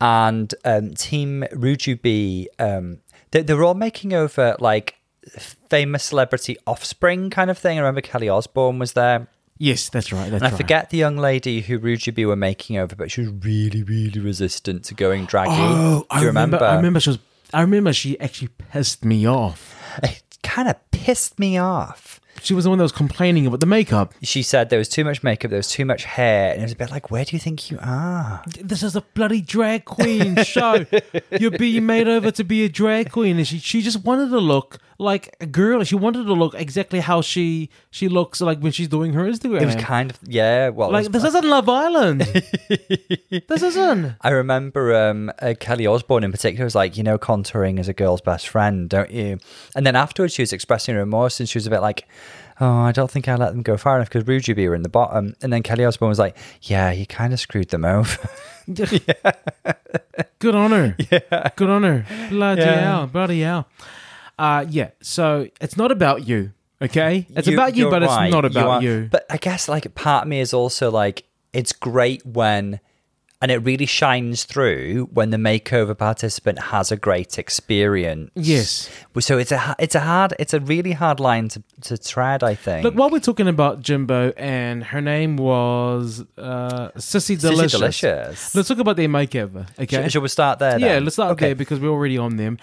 and um team rujubi um they, they were all making over like famous celebrity offspring kind of thing i remember kelly osborne was there Yes, that's right. That's and I right. forget the young lady who Rujubi were making over, but she was really, really resistant to going draggy. Oh, Do I you remember? remember? I remember she was. I remember she actually pissed me off. It kind of pissed me off. She was the one that was complaining about the makeup. she said there was too much makeup, there was too much hair, and it was a bit like, where do you think you are? This is a bloody drag queen [laughs] show. You're being made over to be a drag queen, and she she just wanted to look like a girl. She wanted to look exactly how she she looks like when she's doing her Instagram. It was kind of yeah. Well, like it this was- isn't Love [laughs] Island. this isn't. I remember um, uh, Kelly Osborne in particular was like, you know, contouring is a girl's best friend, don't you? And then afterwards, she was expressing remorse, and she was a bit like, oh, I don't think I let them go far enough because Rujubi were in the bottom, and then Kelly Osborne was like, yeah, you kind of screwed them over. Good on her. Good on her. Bloody Yeah. hell. Bloody hell. Uh, yeah. So it's not about you, okay? It's about you, you're but right. it's not about are- you. But I guess like part of me is also like it's great when and it really shines through when the makeover participant has a great experience. Yes. So it's a ha- it's a hard it's a really hard line to, to tread, I think. Look, while we're talking about Jimbo, and her name was uh, Sissy Sissy Delicious. delicious. Let's talk about their makeover, okay? Sh- Shall we start there? yeah, then? let's start there because we're already on them.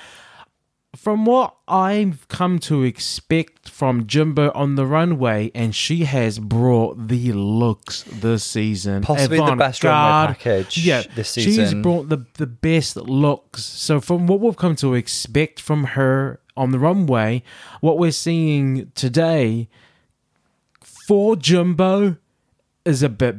From what I've come to expect from Jimbo on the runway, and she has brought the looks this season. Possibly the best runway Avant-garde. package Yeah, this She's season. brought the, the best looks. So, from what we've come to expect from her on the runway, what we're seeing today for Jumbo is a bit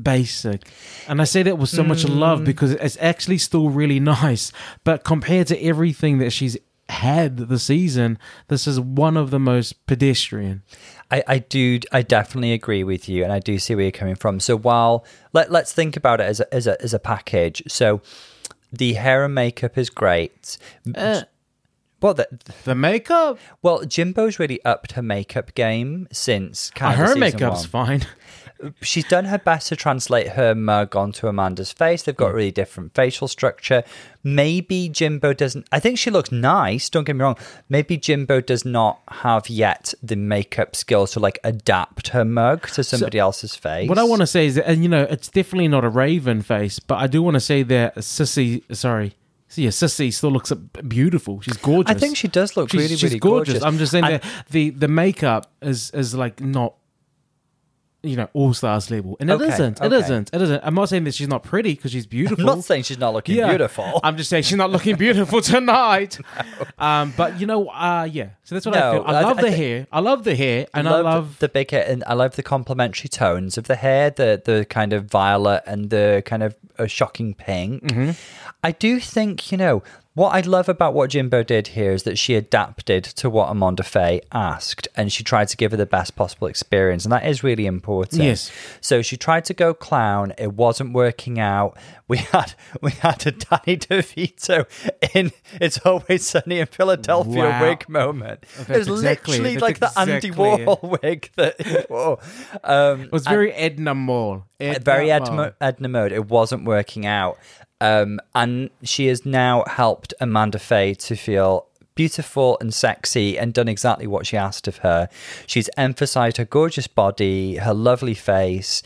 basic. And I say that with so much Mm. love because it's actually still really [laughs] nice. But compared to everything that she's had this season, this is one of the most pedestrian. I, I do I definitely agree with you and I do see where you're coming from. So while let let's think about it as a, as a as a package. So the hair and makeup is great. Uh. well, the, The makeup, Well, Jimbo's really upped her makeup game since kind of Uh, her season makeup's one. fine. [laughs] She's done her best to translate her mug onto Amanda's face. They've Hmm. got really different facial structure. Maybe Jimbo doesn't. I think she looks nice. Don't get me wrong. Maybe Jimbo does not have yet the makeup skills to like adapt her mug to somebody else's face. What I want to say is that, and you know, it's definitely not a raven face, but I do want to say that Sissy, sorry, yeah, Sissy still looks beautiful. She's gorgeous. I think she does look She's- really, she's really gorgeous. I'm just saying And- that the the makeup is is like not. You know, all stars level, and it Okay, not It okay. isn't. It isn't. I'm not saying that she's not pretty because she's beautiful. [laughs] I'm not saying she's not looking Yeah. beautiful. I'm just saying she's not looking [laughs] beautiful tonight. Um, but you know, uh, yeah. So that's what I No, feel. I I- love I the thi- hair. I love the hair, and I loved love the big hair, and I love the complementary tones of the hair, the the kind Mm-hmm. of violet and the kind of uh, shocking pink. I do think you know What I love about what Jimbo did here is that she adapted to what Amanda Fay asked and she tried to give her the best possible experience. And that is really important. Yes. So she tried to go clown. It wasn't working out. [laughs] We had we had a Danny [laughs] DeVito in It's Always Sunny in Philadelphia Wow. wig moment. it was exactly- literally that's like the exactly Andy it. Warhol [laughs] wig that he wore. Um, It was very Edna Mall. Edna Uh, very Mall. Edna, Edna mode. It wasn't working out. Um, and she has now helped Amanda Fay to feel beautiful and sexy and done exactly what she asked of her. She's emphasized her gorgeous body, her lovely face.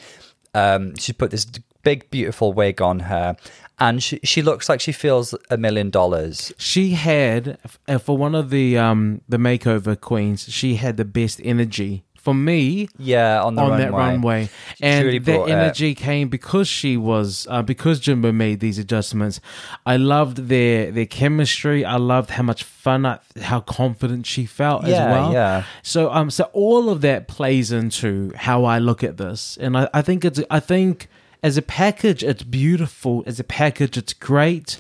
Um, she's put this big, beautiful wig on her. And she, she looks like she feels a million dollars. She had uh, for one of the um the makeover queens. She had the best energy for me Yeah, on the on runway. that runway, She and truly the brought it. energy came because she was uh, because Jimbo made these adjustments. I loved their their chemistry. I loved how much fun, I, how confident she felt as Yeah, well. yeah. So um, so all of that plays into how I look at this, and I, I think it's I think as a package it's beautiful. As a package, it's great,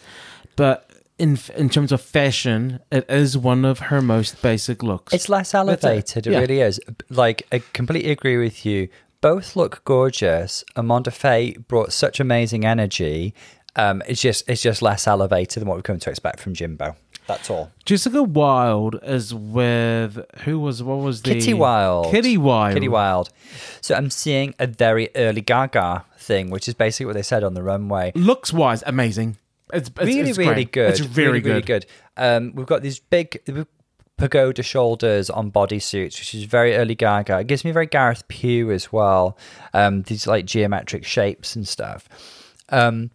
but. In, in terms of fashion, it is one of her most basic looks. It's less elevated. It Yeah. really is. Like, I completely agree with you. Both look gorgeous. Amanda Fay brought such amazing energy. Um, it's just it's just less elevated than what we've come to expect from Jimbo. That's all. Jessica Wilde is with who was what was the Kitty Wild. Kitty Wilde. Kitty Wild. So I'm seeing a very early Gaga thing, which is basically what they said on the runway. Looks wise, amazing. It's, it's really, it's really great. good. It's very really, good. really good. Um, we've got these big pagoda shoulders on bodysuits, which is very early Gaga. It gives me very Gareth Pugh as well. Um, these like geometric shapes and stuff. Um,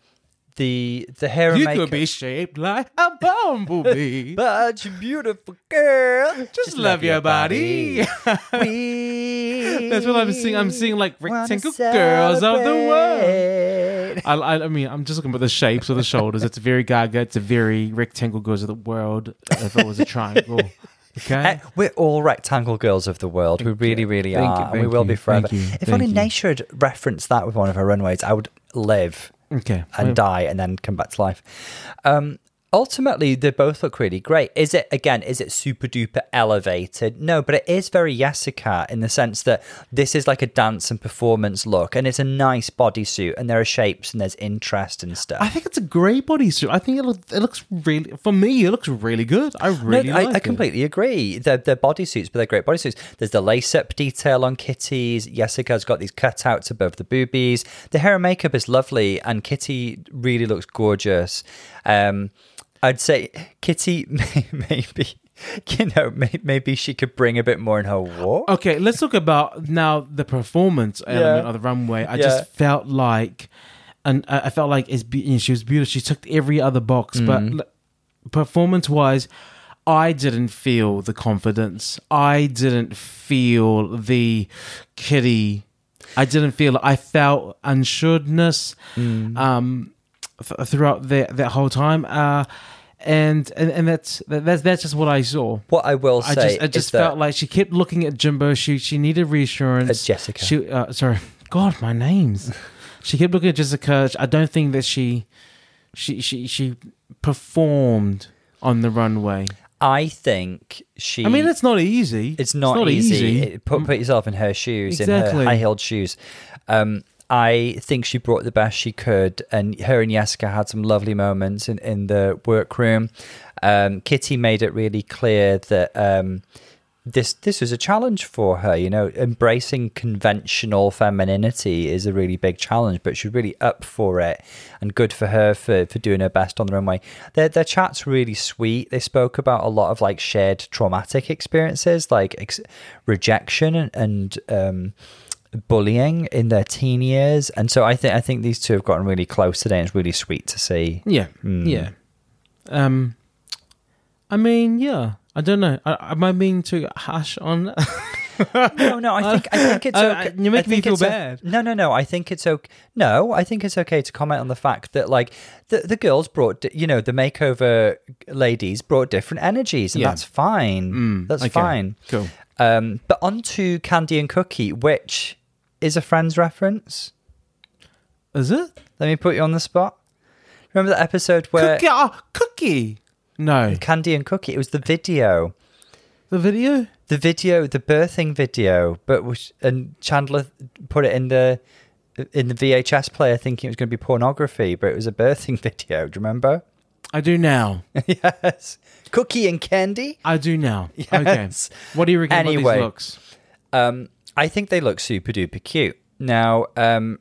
the the hair and You makeup. could be shaped like a [laughs] bumblebee. but you beautiful girl, just, Just love your body. [laughs] We That's what I'm seeing. I'm seeing like wanna rectangle girls of the world. celebrate. I, I, I mean, I'm just looking at the shapes of the shoulders. It's very Gaga. It's a very rectangle girls of the world. If it was a [laughs] triangle, okay. Eh, We're all rectangle girls of the world. we really, really Thank are. you, and we thank will you, be forever. thank you, If thank only you. nature had referenced that with one of her runways, I would live Okay. and die and then come back to life. Um, ultimately, they both look really great. Is it, again, is it super duper elevated? No, but it is very Jessica in the sense that this is like a dance and performance look and it's a nice bodysuit and there are shapes and there's interest and stuff. I think it's a great bodysuit. I think it, look, it looks really, for me, it looks really good. I really no, like I, I it. completely agree. They're, they're bodysuits, but they're great bodysuits. There's the lace up detail on Kitty's. Jessica's got these cutouts above the boobies. The hair and makeup is lovely, and Kitty really looks gorgeous. Um, I'd say Kitty, [laughs] may- maybe, you know, may- maybe she could bring a bit more in her walk. Okay, let's talk about now the performance element Yeah. of the runway. I Yeah. just felt like, and I I felt like it's be- you know, she was beautiful. She took every other box, but l- performance wise, I didn't feel the confidence. I didn't feel the kitty. I didn't feel. I felt unsureness um, th- throughout that that whole time. Uh, and, and and that's that's that's just what I saw. What I will say, I just, I is just that- felt like she kept looking at Jimbo. She she needed reassurance. At Jessica. She, uh, sorry, God, my [laughs] names. she kept looking at Jessica. I don't think that she, she she she performed on the runway. I think she. I mean, it's not easy. it's not, easy. It- put, put yourself in her shoes, in Exactly. her high heeled shoes. Um, I think she brought the best she could, and her and Jessica had some lovely moments in, in the workroom. Um, Kitty made it really clear that um, this this was a challenge for her. You know, embracing conventional femininity is a really big challenge, but she's really up for it, and good for her for, for doing her best on the runway. Their their chat's really sweet. They spoke about a lot of like shared traumatic experiences, like ex- rejection and. and um, bullying in their teen years and so i think i think these two have gotten really close today and it's really sweet to see Yeah, Hmm. yeah. Um, I mean, yeah. I don't know. I, am I being too harsh on? [laughs] no, no. I think I think it's Uh, okay. you're making I think me feel it's o- bad. no, no, no. I think it's okay. No, I think it's okay to comment on the fact that like the the girls brought di- you know the makeover ladies brought different energies, and Yeah. Mm, that's fine. that's okay. fine. Cool. Um, but on to Candy and Cookie, which is a Friends reference. Is it Let me put you on the spot. Remember that episode where cookie? Oh, cookie. No. Candy and Cookie. It was the video. The video? the video, the birthing video, but was, and Chandler put it in the in the VHS player, thinking it was going to be pornography, but it was a birthing [laughs] video. Do you remember? [laughs] I do now. yes, Cookie and Candy. I do [laughs] now. Yes. Okay. What do you reckon about Anyway. these looks? Um, I think they look super duper cute. Now, um,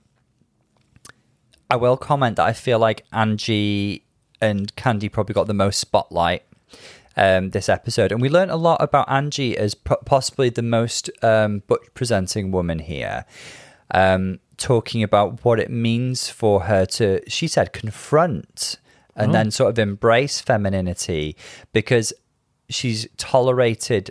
I will comment that I feel like Angie and Candy probably got the most spotlight um, this episode, and we learned a lot about Angie as po- possibly the most um, butch presenting woman here. Um, talking about what it means for her to, she said, confront and then sort of embrace femininity because she's tolerated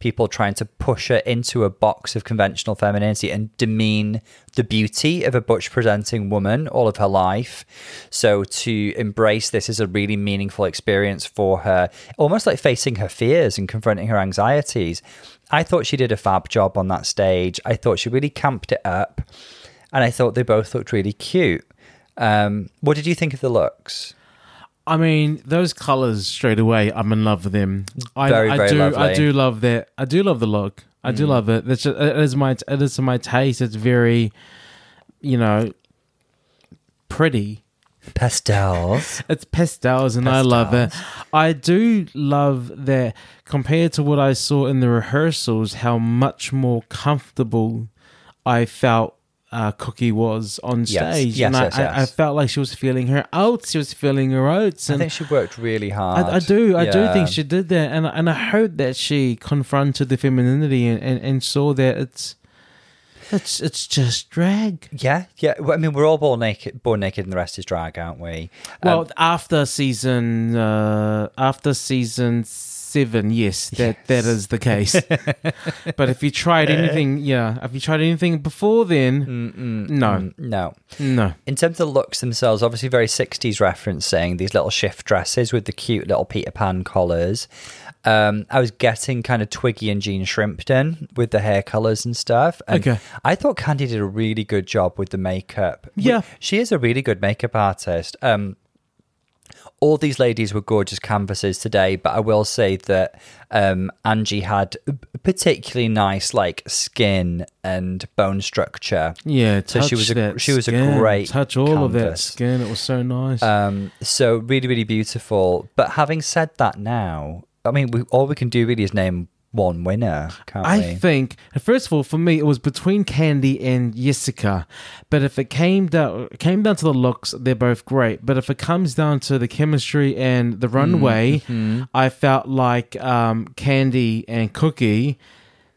people trying to push her into a box of conventional femininity and demean the beauty of a butch presenting woman all of her life. So to embrace this is a really meaningful experience for her, almost like facing her fears and confronting her anxieties. I thought she did a fab job on that stage. I thought she really camped it up. And I thought they both looked really cute. Um, what did you think of the looks? I mean, those colors straight away. I'm in love with them. I, Very, I very do. lovely. Mm. I do love that. I do love the look. I do love it. That's just, it is my it is my taste. It's very, you know, pretty. Pastels. It's pastels, and I love it. I do love that compared to what I saw in the rehearsals, how much more comfortable I felt uh, Cookie was on Yes, stage. yes, and I, yes, I, I yes. felt like she was feeling her out. She was feeling her oats. I And think she worked really hard. I, I do. I do Yeah. think she did that, and and I hope that she confronted the femininity and, and, and saw that it's it's it's just drag. Yeah, yeah. Well, I mean, we're all born naked, born naked, and the rest is drag, aren't we? Well, after season uh, after season seven, yes, that that is the [laughs] case. but if you tried anything, yeah, if you tried anything before then, no, Um, No. no, In terms of the looks themselves, obviously very 60s referencing these little shift dresses with the cute little Peter Pan collars. Um, I was getting kind of Twiggy and Jean Shrimpton with the hair colours and stuff. And Okay. I thought Candy did a really good job with the makeup. We- Yeah. She is a really good makeup artist. Um, all these ladies were gorgeous canvases today, but I will say that um, Angie had p- particularly nice like skin and bone structure. yeah. So Touch she was a- that she was a skin, great touch all of that canvas. skin. It was so nice. Um, so really, really beautiful. But having said that, now I mean, we, all we can do really is name one winner, can't I we? think, first of all, for me, it was between Candy and Jessica. But if it came down, came down to the looks, they're both great. But if it comes down to the chemistry and the Mm, mm-hmm. runway, I felt like um, Candy and Cookie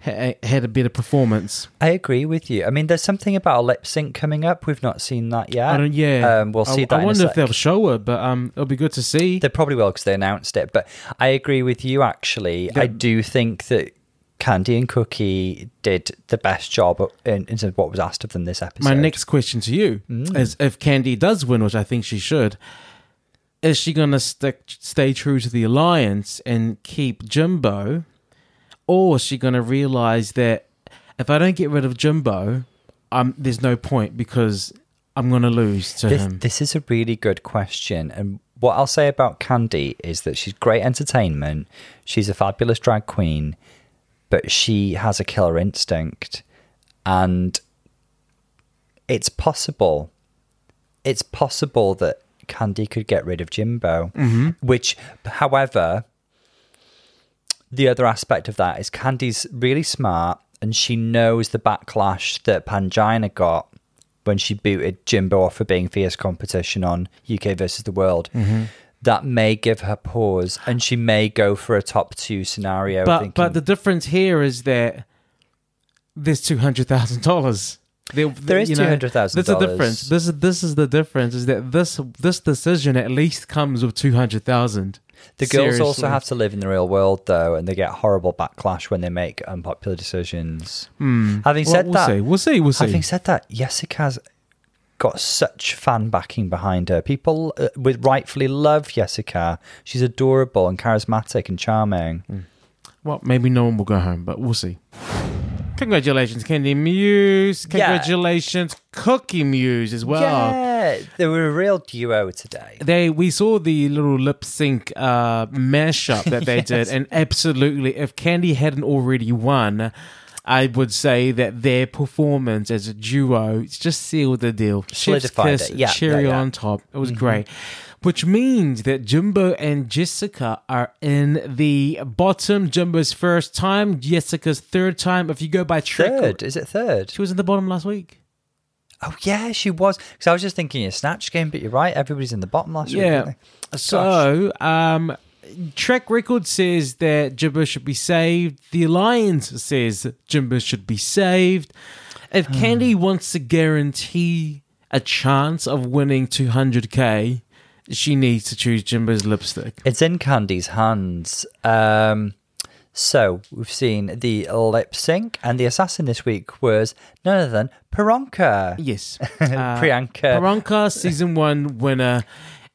ha- had a better performance. I agree with you. I mean, there's something about a lip sync coming up. We've not seen that yet. I don't, yeah, um, we'll I- see that. I in a wonder if sec. they'll show it, but um, it'll be good to see. They probably will because they announced it. But I agree with you, actually. I do think that Candy and Cookie did the best job in, in terms of what was asked of them this episode. My next question to you Mm. is: If Candy does win, which I think she should, is she going to stick stay true to the alliance and keep Jumbo, or is she going to realize that if I don't get rid of Jumbo, um, there's no point because I'm going to lose to This, him. this is a really good question. And what I'll say about Candy is that she's great entertainment. She's a fabulous drag queen, but she has a killer instinct. And it's possible. It's possible that Candy could get rid of Jimbo, Mm-hmm. which, however, the other aspect of that is Candy's really smart and she knows the backlash that Pangina got when she booted Jimbo off for being fierce competition on UK versus the world. Mm-hmm. That may give her pause and she may go for a top two scenario. but thinking, but the difference here is that there's two hundred thousand dollars. There, There is you know, $200,000. That's the difference. This is this is the difference. Is that this this decision at least comes with two hundred thousand. The girls also have to live in the real world, though, and they get horrible backlash when they make unpopular decisions. Hmm. Having Well, said we'll that, see. We'll see. We'll see. having said that, Jessica's got such fan backing behind her. People uh, would rightfully love Jessica. She's adorable and charismatic and charming. Well, maybe no one will go home, but we'll see. Congratulations, Candy Muse. Congratulations, Cookie Muse as well. Yeah, they were a real duo today. they we saw the little lip sync uh mashup that [laughs] they did and absolutely if candy hadn't already won i would say that their performance as a duo just sealed the deal Chef's Solidified kiss, it. Yeah, cherry yeah, Mm-hmm. yeah. on top it was great which means that Jumbo and Jessica are in the bottom. Jumbo's first time, Jessica's third time. If you go by track, Third, is it third? she was in the bottom last week. Oh yeah, she was. Because I was just thinking a snatch game, but you're right. Everybody's in the bottom last week. Yeah. aren't So, um, Trek Record says that Jimbo should be saved. The Alliance says Jimbo should be saved. If [sighs] Candy wants to guarantee a chance of winning 200k, she needs to choose Jimbo's lipstick. they? It's in Candy's hands. Um, so we've seen the lip sync, and the assassin this week was none other than Peronka. [laughs] Yes. Uh, Priyanka. Paranka, Uh, season one winner.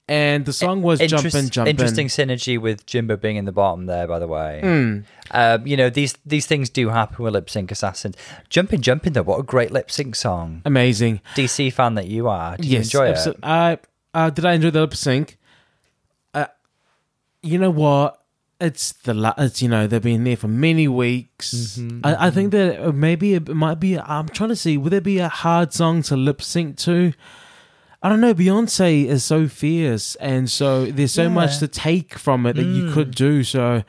And the song was e- Interest- Jumpin', Jumpin'. Interesting synergy with Jimbo being in the bottom there, by the way. Hmm. Um, you know these these things do happen with lip sync assassins. Jumping, jumping though. What a great lip sync song. Amazing. DC fan that you are. Did you yes, enjoy abso- it? I uh, did. I enjoy the lip sync. Uh, you know what? It's the la- it's you know they've been there for many weeks. Mm-hmm, I, I think that maybe it might be. I'm trying to see. Would there be a hard song to lip sync to? I don't know. Beyonce is so fierce, and so there's so much to take from it that Mm. you could do. So,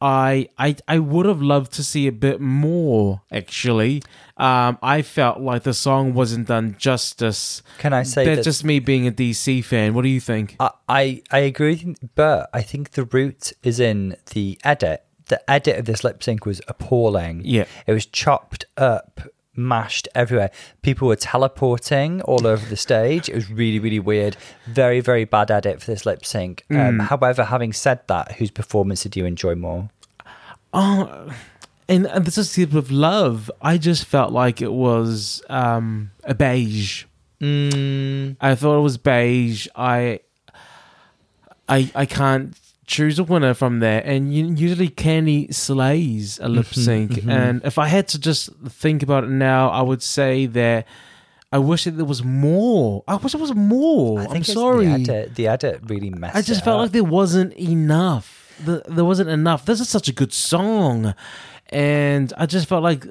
I I I would have loved to see a bit more. Actually, um, I felt like the song wasn't done justice. Can I say That's that- just me being a DC fan. What do you think? I, I I agree, with you, but I think the root is in the edit. The edit of this lip sync was appalling. Yeah. it was chopped up, mashed everywhere. People were teleporting all over the stage. It was really really weird. Very very bad edit for this lip sync. Um, Mm. however, having said that, whose performance did you enjoy more? Oh, And, and this is the with love. I just felt like it was um, a beige. I thought it was beige. I, I, I can't choose a winner from there. And u- usually Candy slays a Mm-hmm, lip sync. And if I had to just think about it now, I would say that I wish that there was more. I wish there was more. I I'm it's sorry. The edit, the edit really messed. I just it felt up. like there wasn't enough. Th- There wasn't enough. This is such a good song, and I just felt like,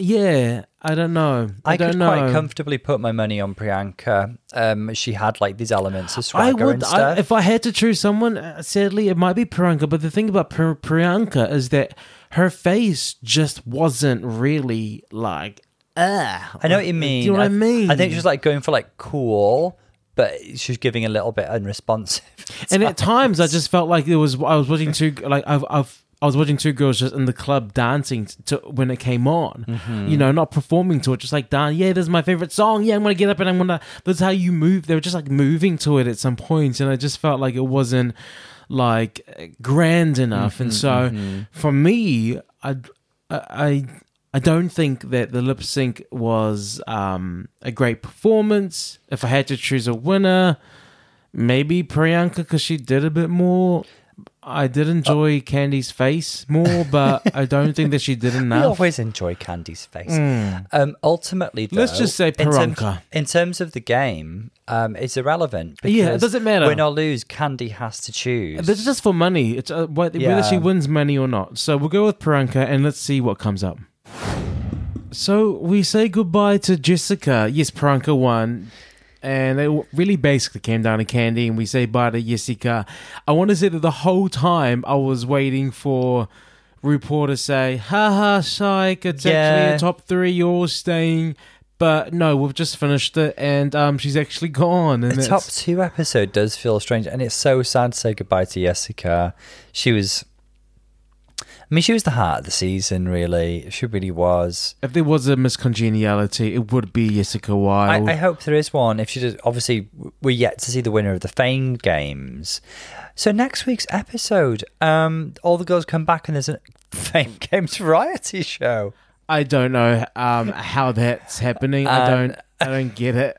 yeah, I don't know. I, I don't could know. quite comfortably put my money on Priyanka. Um, she had like these elements of swagger I would, and stuff. I, if I had to choose someone, uh, sadly, it might be Priyanka. But the thing about Pri- Priyanka is that her face just wasn't really like, ah. I know what you mean. know what I mean? I think she's like going for like cool, but she's giving a little bit [laughs] unresponsive. and at times I just felt like there was I was watching two like I've I've I was watching two girls just in the club dancing t- to when it came on, you know, not performing to it, just like Dan, yeah, this is my favorite song. Yeah, I'm gonna get up and I'm gonna. This is how you move. They were just like moving to it at some point, and I just felt like it wasn't like grand enough. and so for me, I I I don't think that the lip sync was um, a great performance. If I had to choose a winner, maybe Priyanka because she did a bit more. I did enjoy Candy's face more, but I don't think that she did I enough. always enjoy Candy's face. Um, ultimately, though, Hmm. Let's just say in terms, Peronka. in terms of the game, um, it's irrelevant. Because Yeah, it doesn't matter. Win or lose, Candy has to choose. This is just for money. It's uh, wh- Yeah. whether she wins money or not. So we'll go with Peranka and let's see what comes up. So we say goodbye to Jessica. Yes, Peranka won. And it w- really basically came down to Candy, and we say bye to Jessica. I want to say that the whole time I was waiting for RuPaul to say, haha, psych, it's actually Yeah. a top three, you're all staying. But no, we've just finished it, and um, she's actually gone. And the it's top two episode does feel strange, and it's so sad to say goodbye to Jessica. She was. I mean, she was the heart of the season, really. She really was. If there was a miscongeniality, it would be Jessica Wilde. I, I hope there is one. If she does, obviously, we're yet to see the winner of the Fame Games. So next week's episode, um, all the girls come back and there's a [laughs] Fame Games variety show. I, don't know [laughs] um, how that's happening. I don't. I don't get it.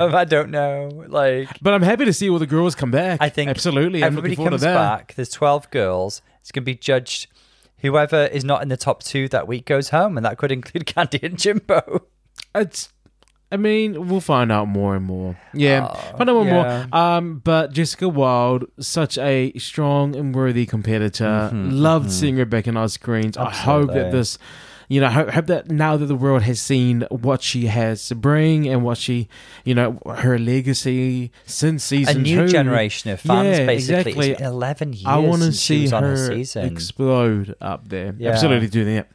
[laughs] Um, I don't know. Like, [laughs] But I'm happy to see all the girls come back. I think absolutely. I'm everybody looking forward comes to that. back. There's 12 girls. It's going to be judged. Whoever [laughs] is not in the top two that week goes home, and that could include Candy and Jimbo. It's I mean, we'll find out more and more. Yeah, Oh, find out more yeah. and more. Um, but Jessica Wilde, such a strong and worthy competitor. Loved seeing Rebecca on our screens. I hope that Mm-hmm, Absolutely. this, you know, hope, hope that now that the world has seen what she has to bring and what she, you know, her legacy since a season new two, generation of fans, Yeah, basically. exactly. It's been 11 years I want to since she see was on her her season. explode up there. Yeah. Absolutely doing it.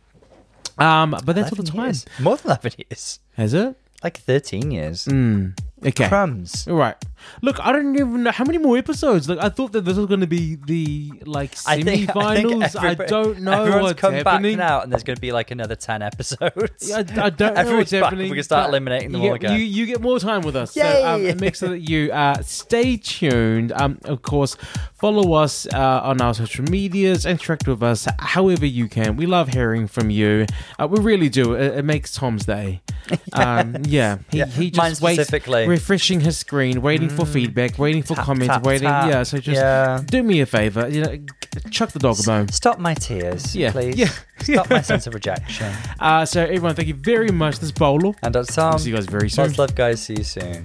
Um, but that's all the 11 time. years. More than 11 years. Has it? Like 13 years. Mm, Okay. Crumbs. All right. Look, I don't even know how many more episodes. Like, I thought that this was going to be the like I think, semifinals. I, I, think everybody- don't know everyone's what's come happening. back now, and there's going to be like another 10 episodes. Yeah, I, I [laughs] don't know Everyone's what's back. happening. We can start but eliminating them you all get- again. You, you get more time with us. So um, Yay! it make sure that you uh, stay tuned. Um, of course, follow us uh, on our social medias, interact with us however you can. We love hearing from you. Uh, we really do. It, it makes Tom's [laughs] day. Um, yeah, he, Yeah, he just mine waits, specifically. refreshing his screen, waiting for feedback, waiting for Mm. Tap, comments, tap, waiting. tap. Yeah, so just Yeah. do me a favor. You know, g- chuck the dog a bone. Stop my tears, Yeah, please. yeah. [laughs] Stop my sense of rejection. Uh, so everyone, thank you very much. This bowl. And that's Tom. See you guys very soon. Lots love, guys. See you soon.